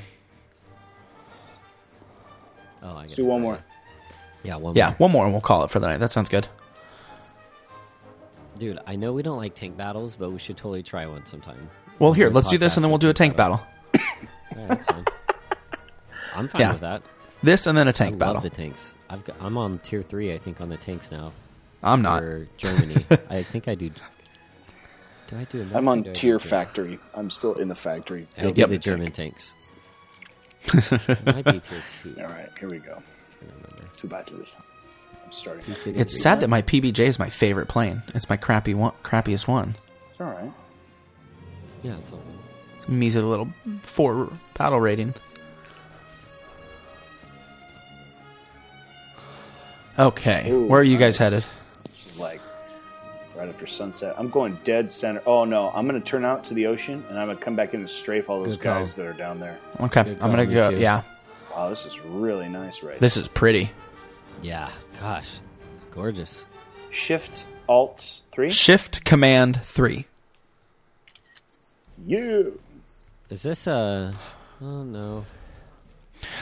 S2: Oh, I
S3: Let's do one more.
S2: Yeah, one
S1: Yeah,
S2: more.
S1: one more and we'll call it for the night. That sounds good.
S2: Dude, I know we don't like tank battles, but we should totally try one sometime.
S1: Well, here,
S2: do a
S1: let's do this
S2: podcast
S1: and then we'll do a
S2: with
S1: tank
S2: tank
S1: battle.
S2: Yeah, that's fine. I'm fine
S1: Yeah.
S2: with that.
S1: This and then a
S2: I
S1: tank
S2: love
S1: battle.
S2: the tanks. I've got, I'm on tier three, I think, on the tanks now.
S1: I'm not.
S2: For Germany, I think I do. Do I do? America
S3: I'm
S2: or
S3: on
S2: do I do
S3: tier
S2: Germany?
S3: factory. I'm still in the factory.
S2: I do
S1: Yep.
S2: the German tanks. It might be tier two.
S3: All right, here we go.
S2: I don't remember.
S3: Two battles. I'm starting.
S2: He
S3: It's
S2: said he
S1: It's
S2: agreed.
S1: sad that my PBJ is my favorite plane. It's my crappy one, crappiest one.
S3: all right.
S2: Yeah, it's all.
S1: It's a measly little four battle rating. Okay,
S3: Ooh,
S1: where are you guys
S3: nice.
S1: headed?
S3: This is like right after sunset. I'm going dead center. Oh no, I'm gonna turn out to the ocean and I'm gonna come back in and strafe all those
S2: Good call.
S3: guys that are down there.
S1: Okay,
S2: Good
S1: I'm gonna
S2: call, me
S1: go.
S2: too.
S1: Yeah,
S3: Wow, this is really nice right
S1: this is pretty.
S2: Yeah, gosh, gorgeous.
S3: now. Shift Alt three.
S1: Shift Command three.
S3: you
S2: Is this a? Oh no.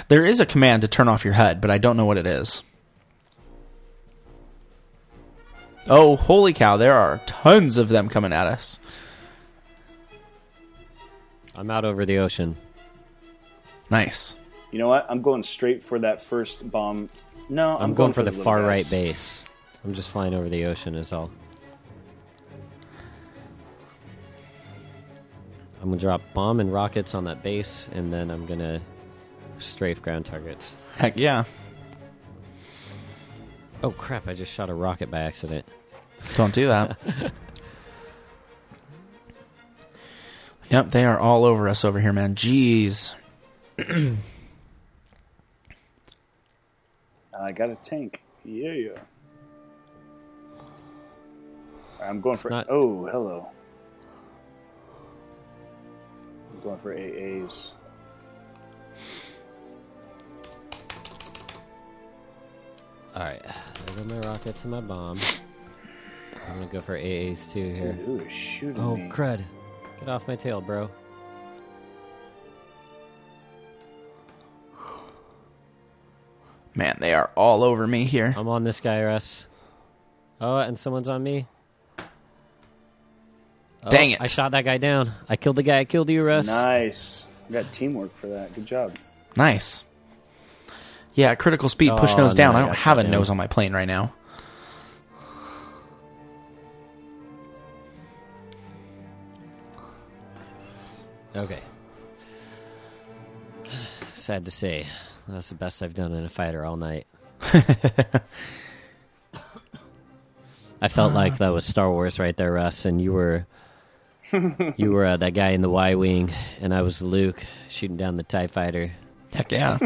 S1: There is a command to turn off your HUD, but I don't know what it is. Oh, holy cow, there are tons of them coming at us.
S2: I'm out over the ocean.
S1: Nice.
S3: you know what? I'm going straight for that first bomb. No, I'm,
S2: I'm, going, for
S3: the
S2: the,
S3: little
S2: far
S3: guys.
S2: right base. I'm just flying over the ocean is all. I'm gonna drop bomb and rockets on that base, and then I'm gonna strafe ground targets.
S1: Heck yeah.
S2: Oh crap! I just shot a rocket by accident.
S1: Don't do that. yep, they are all over us over here, man. Jeez.
S3: I got a tank. Yeah. yeah. I'm going for.
S2: not-
S3: Oh, hello. I'm going for AAs.
S2: All right, I got my rockets and my bomb. I'm gonna go for AA's too here.
S3: Dude, who is shooting
S2: Oh
S3: me?
S2: crud! Get off my tail, bro.
S1: Man, they are all over me here.
S2: I'm on this guy, Russ. Oh, and someone's on me. Oh,
S1: Dang it.
S2: I shot that guy down. I killed the guy. I killed you, Russ.
S3: Nice. We got teamwork for that. Good job.
S1: Nice. Yeah, critical speed, push
S2: Oh,
S1: nose down.
S2: no,
S1: I
S2: I
S1: don't
S2: got
S1: have a
S2: you, dude.
S1: nose on my plane right now.
S2: Okay. Sad to say, that's the best I've done in a fighter all night. I felt like that was Star Wars right there, Russ, and you were you were uh, that guy in the Y wing, and I was Luke shooting down the Tie fighter.
S1: Heck yeah.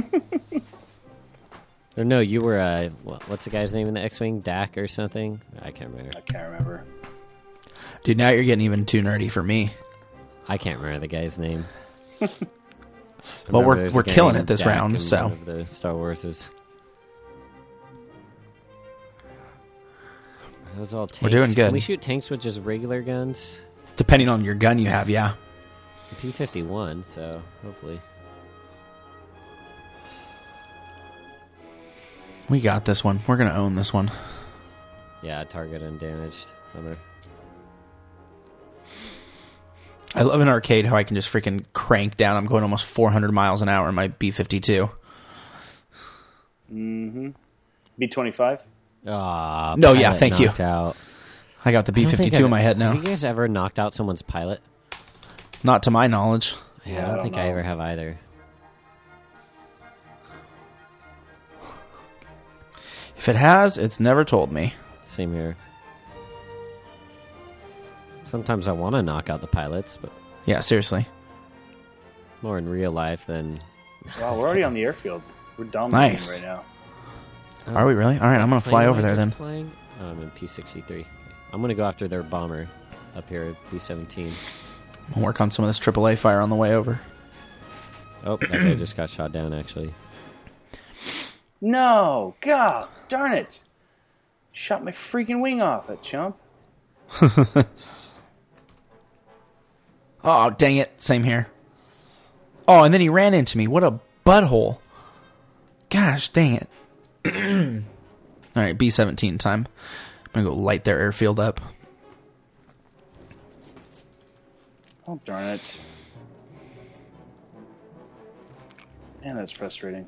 S2: Or no, you were uh, wha- what's the guy's name in the X wing? Dak or something? I can't remember.
S3: I can't remember.
S1: Dude, now you're getting even too nerdy for me.
S2: I can't remember the guy's name. I
S1: Well,
S2: remember
S1: we're-
S2: there's a
S1: we're
S2: guy
S1: killing
S2: named
S1: it this
S2: Dak
S1: round,
S2: in
S1: so.
S2: one of the Star Wars is. That was all tanks.
S1: We're doing
S2: Can
S1: good.
S2: we shoot tanks with just regular guns?
S1: Depending on your gun you have, yeah.
S2: P fifty one, so hopefully.
S1: We got this one. We're going to own this one.
S2: Yeah, target undamaged. Bummer.
S1: I love an arcade how I can just freaking crank down. I'm going almost 400 miles an hour in my B 52.
S3: B twenty five.
S2: Ah,
S1: No, yeah,
S2: pilot
S1: thank you.
S2: knocked Out.
S1: I got the B
S2: I don't think
S1: 52 in
S2: I've-
S1: my head now.
S2: Have you guys ever knocked out someone's pilot?
S1: Not to my knowledge.
S2: Yeah,
S3: Yeah,
S2: I
S3: I
S2: don't,
S3: don't
S2: think I
S3: know.
S2: ever have either.
S1: If it has, it's never told me.
S2: Same here. Sometimes I want to knock out the pilots, but
S1: Yeah, seriously.
S2: more in real life than.
S3: Wow, we're already on the airfield. We're dominating
S1: Nice.
S3: right now.
S2: Oh.
S1: Are we really? All right, I'm going to fly
S2: Plane
S1: over there
S2: like
S1: then.
S2: I'm Flying? Oh, I'm in P sixty three. I'm gonna go after their bomber up here, P seventeen.
S1: I'll work on some of this AAA fire on the way over.
S2: Oh, that guy just got shot down. Actually,
S3: No, God, darn it! Shot my freaking wing off, that chump.
S1: Oh, dang it. Same here. Oh, and then he ran into me. What a butthole. Gosh, dang it. All right, B 17 time. I'm going to go light their airfield up.
S3: Oh, darn it! Man, that's frustrating.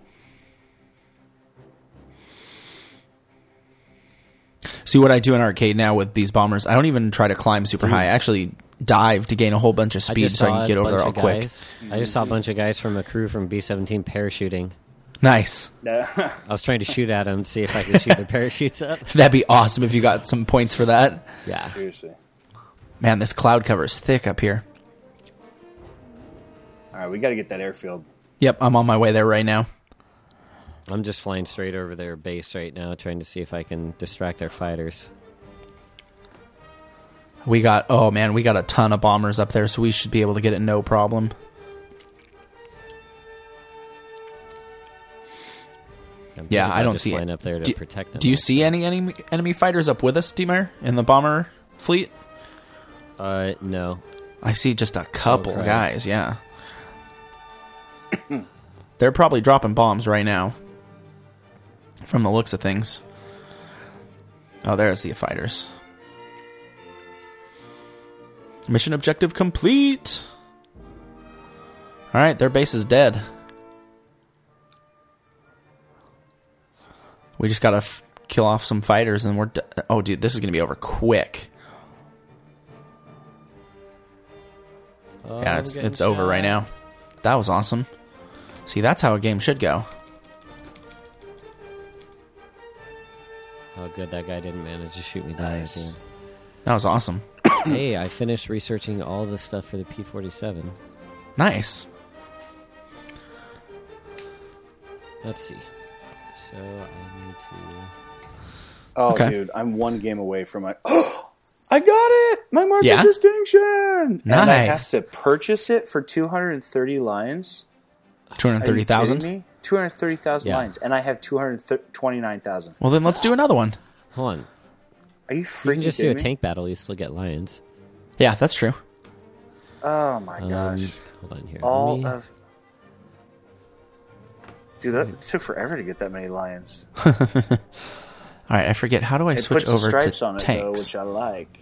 S1: See what I do in arcade now with these bombers. I don't even try to climb super high. I actually dive to gain a whole bunch of
S2: I
S1: speed
S2: just
S1: so I
S2: saw
S1: can
S2: a
S1: get over
S2: bunch
S1: there all
S2: of
S1: quick.
S2: guys- I just saw a bunch of guys from a crew from B seventeen parachuting.
S1: Nice.
S3: That-
S2: I was trying to shoot at them to see if I could shoot their parachutes up.
S1: That'd be awesome if you got some points for that.
S2: Yeah,
S3: Seriously.
S1: Man, this cloud cover is thick up here.
S3: All right, we got to get that airfield.
S1: Yep, I'm on my way there right now.
S2: I'm just flying straight over their base right now, trying to see if I can distract their fighters.
S1: We got oh man, we got a ton of bombers up there, so we should be able to get it no problem.
S2: I'm
S1: Yeah,
S2: thinking
S1: I
S2: about
S1: don't
S2: just
S1: see it.
S2: flying up there to
S1: Do-
S2: protect them.
S1: Do you see any enemy enemy fighters up with us, Demer, in the bomber fleet?
S2: Uh, no.
S1: I see just a couple
S2: crap.
S1: guys, yeah. They're probably dropping bombs right now. From the looks of things. Oh, there's the fighters. Mission objective complete. All right, their base is dead. We just gotta f- kill off some fighters, and we're. d oh, dude, this is gonna be over quick.
S2: Oh,
S1: Yeah,
S2: I'm
S1: it's
S2: getting
S1: it's over right
S2: shot.
S1: now. That was awesome. See, that's how a game should go.
S2: Oh, good. That guy didn't manage to shoot me down.
S3: Nice.
S2: again.
S1: That was awesome.
S2: hey, I finished researching all the stuff for the P47.
S1: Nice.
S2: Let's see. So I need to.
S3: Oh,
S1: Okay.
S3: dude, I'm one game away from my. Oh, I got it! My mark
S1: Yeah?
S3: of distinction. And I have
S1: Nice.
S3: to purchase it for 230 lions.
S1: Two hundred
S3: Are you
S1: thirty thousand.
S3: kidding me? 230,000
S2: Yeah.
S3: lions, and I have 229,000.
S1: Well, then let's do another one.
S2: Hold on.
S3: Are you
S2: You
S3: freaking
S2: can just do a
S3: kidding me?
S2: tank battle. You still get lions.
S1: Yeah, that's true.
S3: Oh my gosh!
S2: Um, hold on here. Let
S3: All
S2: me-
S3: of dude, that it took forever to get that many lions.
S1: All right, I forget. How do I
S3: It
S1: switch
S3: puts the
S1: over
S3: stripes
S1: to
S3: on it though,
S1: tanks?
S3: which I like.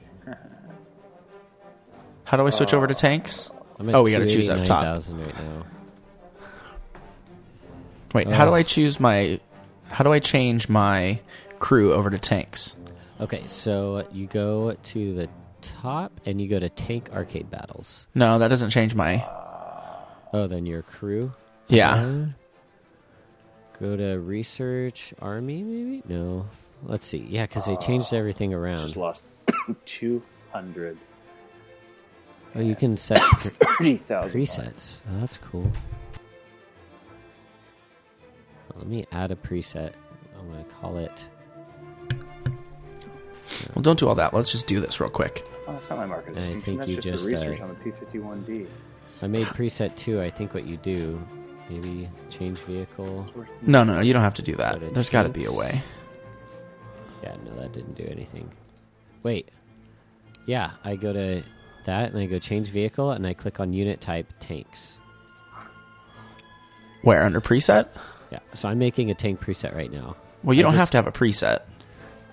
S1: How do I switch
S2: Oh.
S1: over to tanks?
S2: I'm at
S1: Oh, we gotta choose up top.
S2: 289,000 Right now.
S1: Wait, how do
S2: Ugh.
S1: I choose my? How do I change my crew over to tanks?
S2: Okay, so you go to the top and you go to tank arcade battles.
S1: No, that doesn't change my.
S2: Oh, then your crew.
S1: Yeah.
S2: Uh, go to research army, maybe? No. Let's see. Yeah, because they changed everything
S3: Just
S2: around.
S3: lost two hundred
S2: Oh, you can set pre-
S3: thirty thousand
S2: presets. Oh, that's cool. Let me add a preset. I'm gonna call it.
S1: Well, don't do all that. Let's just do this real quick.
S3: Oh, that's not my market
S2: I
S3: distinction.
S2: think
S3: that's
S2: you
S3: just,
S2: just,
S3: the research
S2: uh,
S3: on the P fifty one D.
S2: I made preset two. I think what you do, maybe change vehicle.
S1: No, no, you don't have to do
S2: But it
S1: that. There's got to be a
S2: takes-
S1: way.
S2: Yeah, no, that didn't do anything. Wait. Yeah, I go to that and I go change vehicle and I click on unit type tanks.
S1: Where under preset?
S2: Yeah, so I'm making a tank preset right now.
S1: Well, you
S2: I
S1: don't have
S2: just-
S1: to have a preset.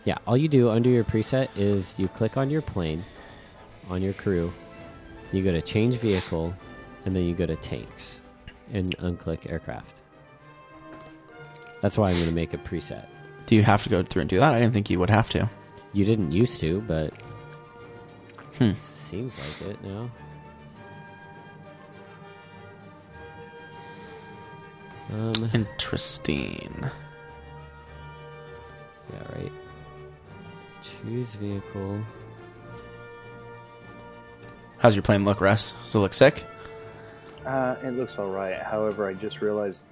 S2: Yeah, all you do under your preset is you click on your plane, on your crew, you go to change vehicle, and then you go to tanks and unclick aircraft. That's why I'm going to make a preset.
S1: Do you have to go through and do that? I didn't think you would have to.
S2: You didn't used to, but
S1: Hmm.
S2: seems like it now. Um,
S1: Interesting.
S2: Yeah, right. Choose vehicle.
S1: How's your plane look, Russ? Does it look sick?
S3: Uh, it looks all right. However, I just realized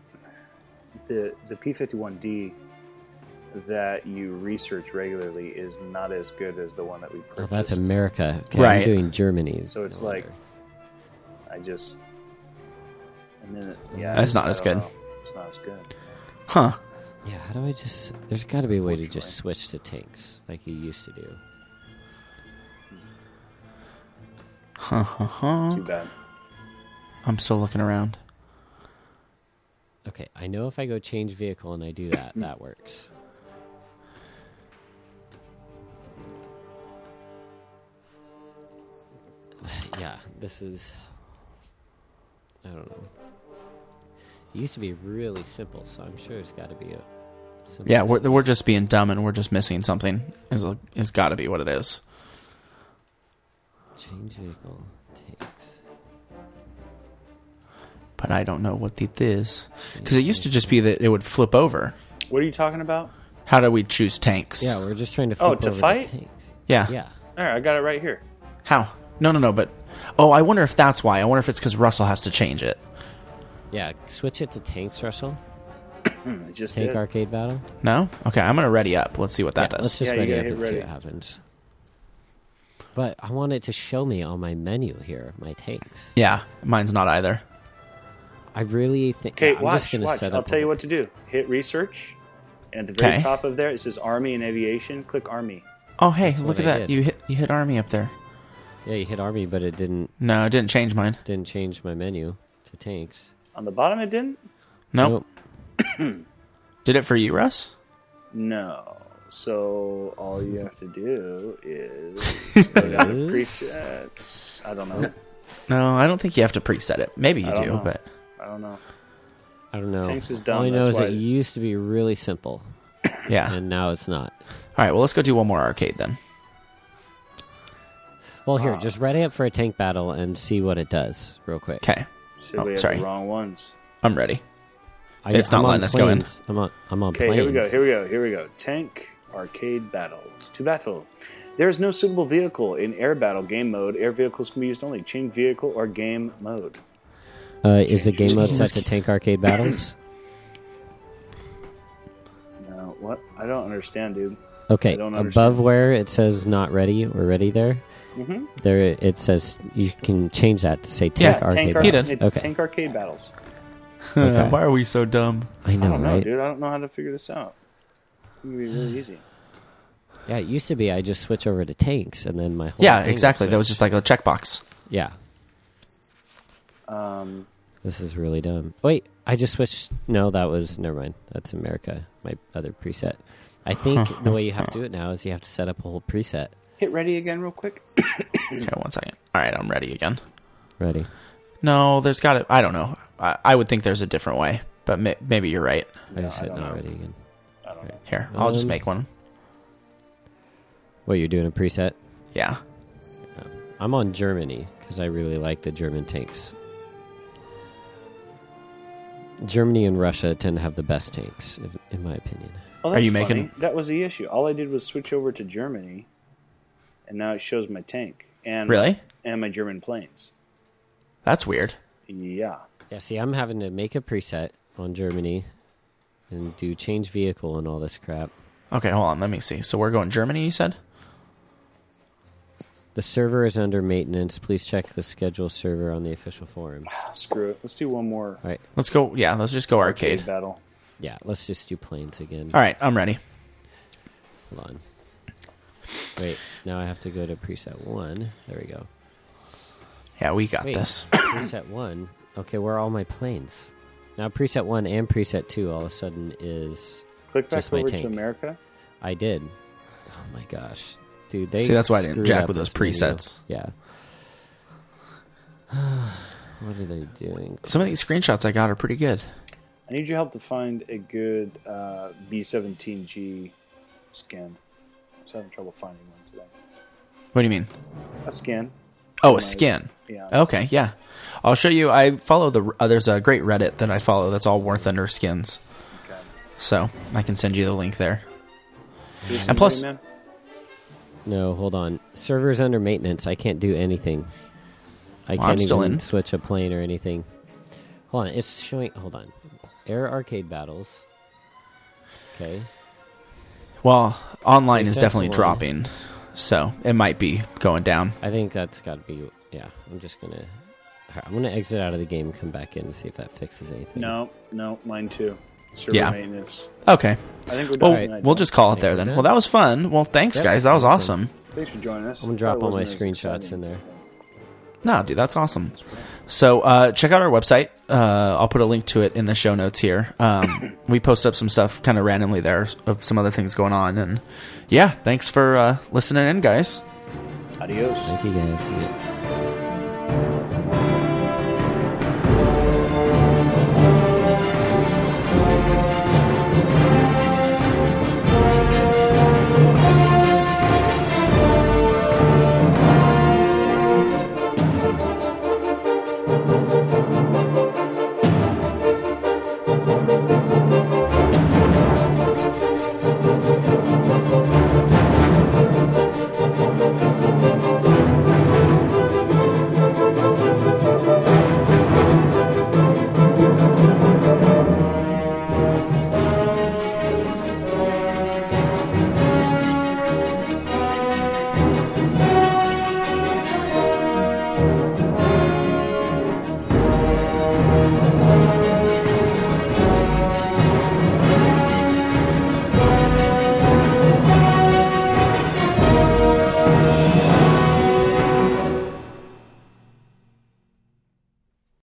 S3: the the P fifty one D that you research regularly is not as good as the one that we
S2: Oh,
S3: purchased.
S2: that's America. Okay, I'm
S1: Right.
S2: doing Germany.
S3: So it's
S2: No
S3: like
S2: wonder.
S3: I just and then it- yeah,
S1: That's
S3: I-
S1: not
S3: I
S1: as
S3: don't
S1: good.
S3: know. It's not as good.
S1: Huh.
S2: Yeah, how do I just. There's got to be a way to
S3: Which
S2: just
S3: way?
S2: switch to tanks like you used to do.
S1: Huh, huh, huh.
S3: Too bad.
S1: I'm still looking around.
S2: Okay, I know if I go change vehicle and I do that, that works. yeah, this is. I don't know. It used to be really simple, so I'm sure it's got to be a. Simple
S1: Yeah, we're, we're just being dumb and we're just missing something. Is is got to be what it is.
S2: Change vehicle takes.
S1: But I don't know what it is because it used to just be that it would flip over.
S3: What are you talking about?
S1: How do we choose tanks?
S2: Yeah, we're just trying to. Flip
S3: Oh, to
S2: over the
S3: fight?
S2: tanks.
S1: Yeah.
S2: Yeah.
S3: All right, I got it right here.
S1: How? No, no, no. But oh, I wonder if that's why. I wonder if it's because Russell has to change it.
S2: Yeah. Switch it to tanks, Russell.
S3: It just
S2: Tank
S3: did.
S2: arcade battle.
S1: No. Okay, I'm gonna ready up. Let's see what that
S2: Yeah, Let's
S1: does.
S2: just
S3: Yeah, you
S2: ready
S3: gotta
S2: up
S3: hit
S2: and see
S3: ready.
S2: what happens. But I want it to show me on my menu here my tanks.
S1: Yeah, mine's not either.
S2: I really think.
S3: Okay,
S2: yeah, I'm
S3: watch,
S2: just gonna
S3: watch.
S2: set
S3: I'll
S2: up
S3: tell you
S2: all
S3: what to
S2: the
S3: do. Hit research, and at the very
S1: Okay.
S3: top of there it says Army and Aviation. Click Army.
S1: Oh, hey,
S2: That's
S1: look
S2: what
S1: at
S2: I
S1: that.
S2: did.
S1: You hit you hit army up there.
S2: tanks. Yeah, you hit army, but it didn't
S1: No, it didn't change mine.
S2: didn't change my menu to tanks.
S3: On the bottom, it didn't.
S1: Nope. Did it for you, Russ?
S3: No. So all you have to do is go down to
S2: Is?
S3: presets. I don't know.
S1: No, I don't think you have to preset it. Maybe you
S3: I don't
S1: do,
S3: know.
S1: but
S3: I don't know.
S2: I don't know.
S3: Tanks is dumb,
S2: All I know
S3: that's
S2: is
S3: why
S2: it
S3: it-
S2: used to be really simple,
S1: yeah.
S2: and now it's not.
S1: All right, well, let's go do one more arcade then.
S2: Well, here,
S3: Ah.
S2: just ready up for a tank battle and see what it does, real quick.
S1: Okay,
S3: So
S1: Oh,
S3: we have
S1: sorry.
S3: the wrong ones.
S1: I'm ready.
S2: I,
S1: It's not
S2: I'm on
S1: letting us go in.
S2: planes. I'm on. I'm on
S3: Okay,
S2: planes.
S3: here we go. Here we go. Here we go. Tank arcade battles to battle. There is no suitable vehicle in air battle game mode. Air vehicles can be used only change vehicle or game mode.
S2: Uh, is the game mode set
S1: Change.
S2: to tank arcade battles?
S3: No, what? I don't understand, dude.
S2: Okay,
S3: I don't
S2: above
S3: understand.
S2: where it says not ready or ready there,
S3: Mhm.
S2: there it says you can change that to say tank
S1: Yeah,
S2: arcade.
S3: tank
S1: He
S3: arcade.
S1: did.
S3: It's
S2: Okay.
S3: tank arcade battles.
S2: Okay.
S1: are we so dumb?
S2: I
S3: I
S2: know,
S3: don't know,
S2: right?
S3: dude. I don't know how to figure this out. It would be really easy.
S2: yeah, it used to be I just switch over to tanks and then my whole
S1: Yeah,
S2: thing would
S1: exactly. That was
S2: switch.
S1: just like a checkbox.
S2: yeah.
S3: Um,
S2: This is really dumb. Wait, I just switched. No, that was never mind. That's America, my other preset. I think the way you have to do it now is you have to set up a whole preset.
S3: hit ready again, real quick.
S1: Okay, one second. All right, I'm ready again.
S2: Ready?
S1: No, there's got to. I don't know. I, I would think there's a different way, but may, maybe you're right.
S2: I just
S3: I
S2: hit
S3: don't
S2: not
S3: know.
S2: ready again.
S3: I don't know.
S1: Here, I'll just
S2: Um,
S1: make one.
S2: Wait, you're doing a preset?
S1: Yeah.
S2: I'm on Germany because I really like the German tanks. Germany and Russia tend to have the best tanks, if, in my opinion.
S3: Well,
S1: Are
S3: Oh, that's
S1: you making-
S3: funny. That was the issue. All I did was switch over to Germany, and now it shows my tank and
S1: Really?
S3: and my German planes.
S1: That's weird.
S3: Yeah,
S2: Yeah, see, I'm having to make a preset on Germany and do change vehicle and all this crap.
S1: Okay, hold on. Let me see. So we're going Germany, you said?
S2: The server is under maintenance. Please check the schedule server on the official forum.
S3: Ah, screw it. Let's do one more
S2: All right.
S1: Let's go. Yeah, let's just go arcade.
S3: battle.
S2: Yeah, let's just do planes again.
S1: All right, I'm ready.
S2: Hold on. Wait, now I have to go to preset one. There we go.
S1: Yeah, we got
S2: Wait,
S1: this.
S2: preset one. Okay, where are all my planes? Now preset one and preset two all of a sudden is
S3: Click back
S2: Just my
S3: over
S2: tank.
S3: to America.
S2: I did. Oh my gosh, dude! They
S1: See, that's why I didn't
S2: screwed
S1: jack
S2: up
S1: with those
S2: this menu.
S1: presets.
S2: Yeah. what are they doing?
S1: Some of these screenshots I got are pretty good.
S3: I need your help to find a good uh, B17G skin. I was having trouble finding one today.
S1: What do you mean?
S3: A skin.
S1: Oh, a skin.
S3: Yeah.
S1: Okay, yeah. I'll show you. I follow the. Uh, there's a great Reddit that I follow that's all War Thunder skins.
S3: Okay.
S1: So I can send you the link there.
S3: Here's
S1: And plus-
S3: another man.
S2: No, hold on. Server's under maintenance. I can't do anything. I
S1: Well, I'm
S2: can't
S1: still
S2: even
S1: in.
S2: switch a plane or anything. Hold on. It's showing. Hold on. Air arcade battles. Okay.
S1: Well, online is
S2: Resets
S1: definitely
S2: one.
S1: dropping, so it might be going down.
S2: I think that's got to be. Yeah. I'm just gonna. alright, I'm gonna exit out of the game. and Come back in and see if that fixes anything.
S3: No, no, mine too. Server
S1: Yeah.
S3: maintenance.
S1: Okay.
S3: I think we're done.
S1: Well,
S3: tonight,
S1: we'll
S3: though.
S1: just call it there then. Well, that was fun. Well, thanks,
S2: Yep.
S1: guys. That was
S2: Awesome.
S1: awesome.
S3: Thanks for joining us.
S2: I'm gonna drop
S3: That
S2: all my
S3: wasn't as
S2: screenshots
S3: exciting.
S2: in there.
S1: No, dude, that's awesome. So uh, check out our website. Uh, I'll put a link to it in the show notes here. Um, we post up some stuff kind of randomly there of some other things going on. And yeah, thanks for uh, listening in, guys.
S3: Adios.
S2: Thank you guys. See ya.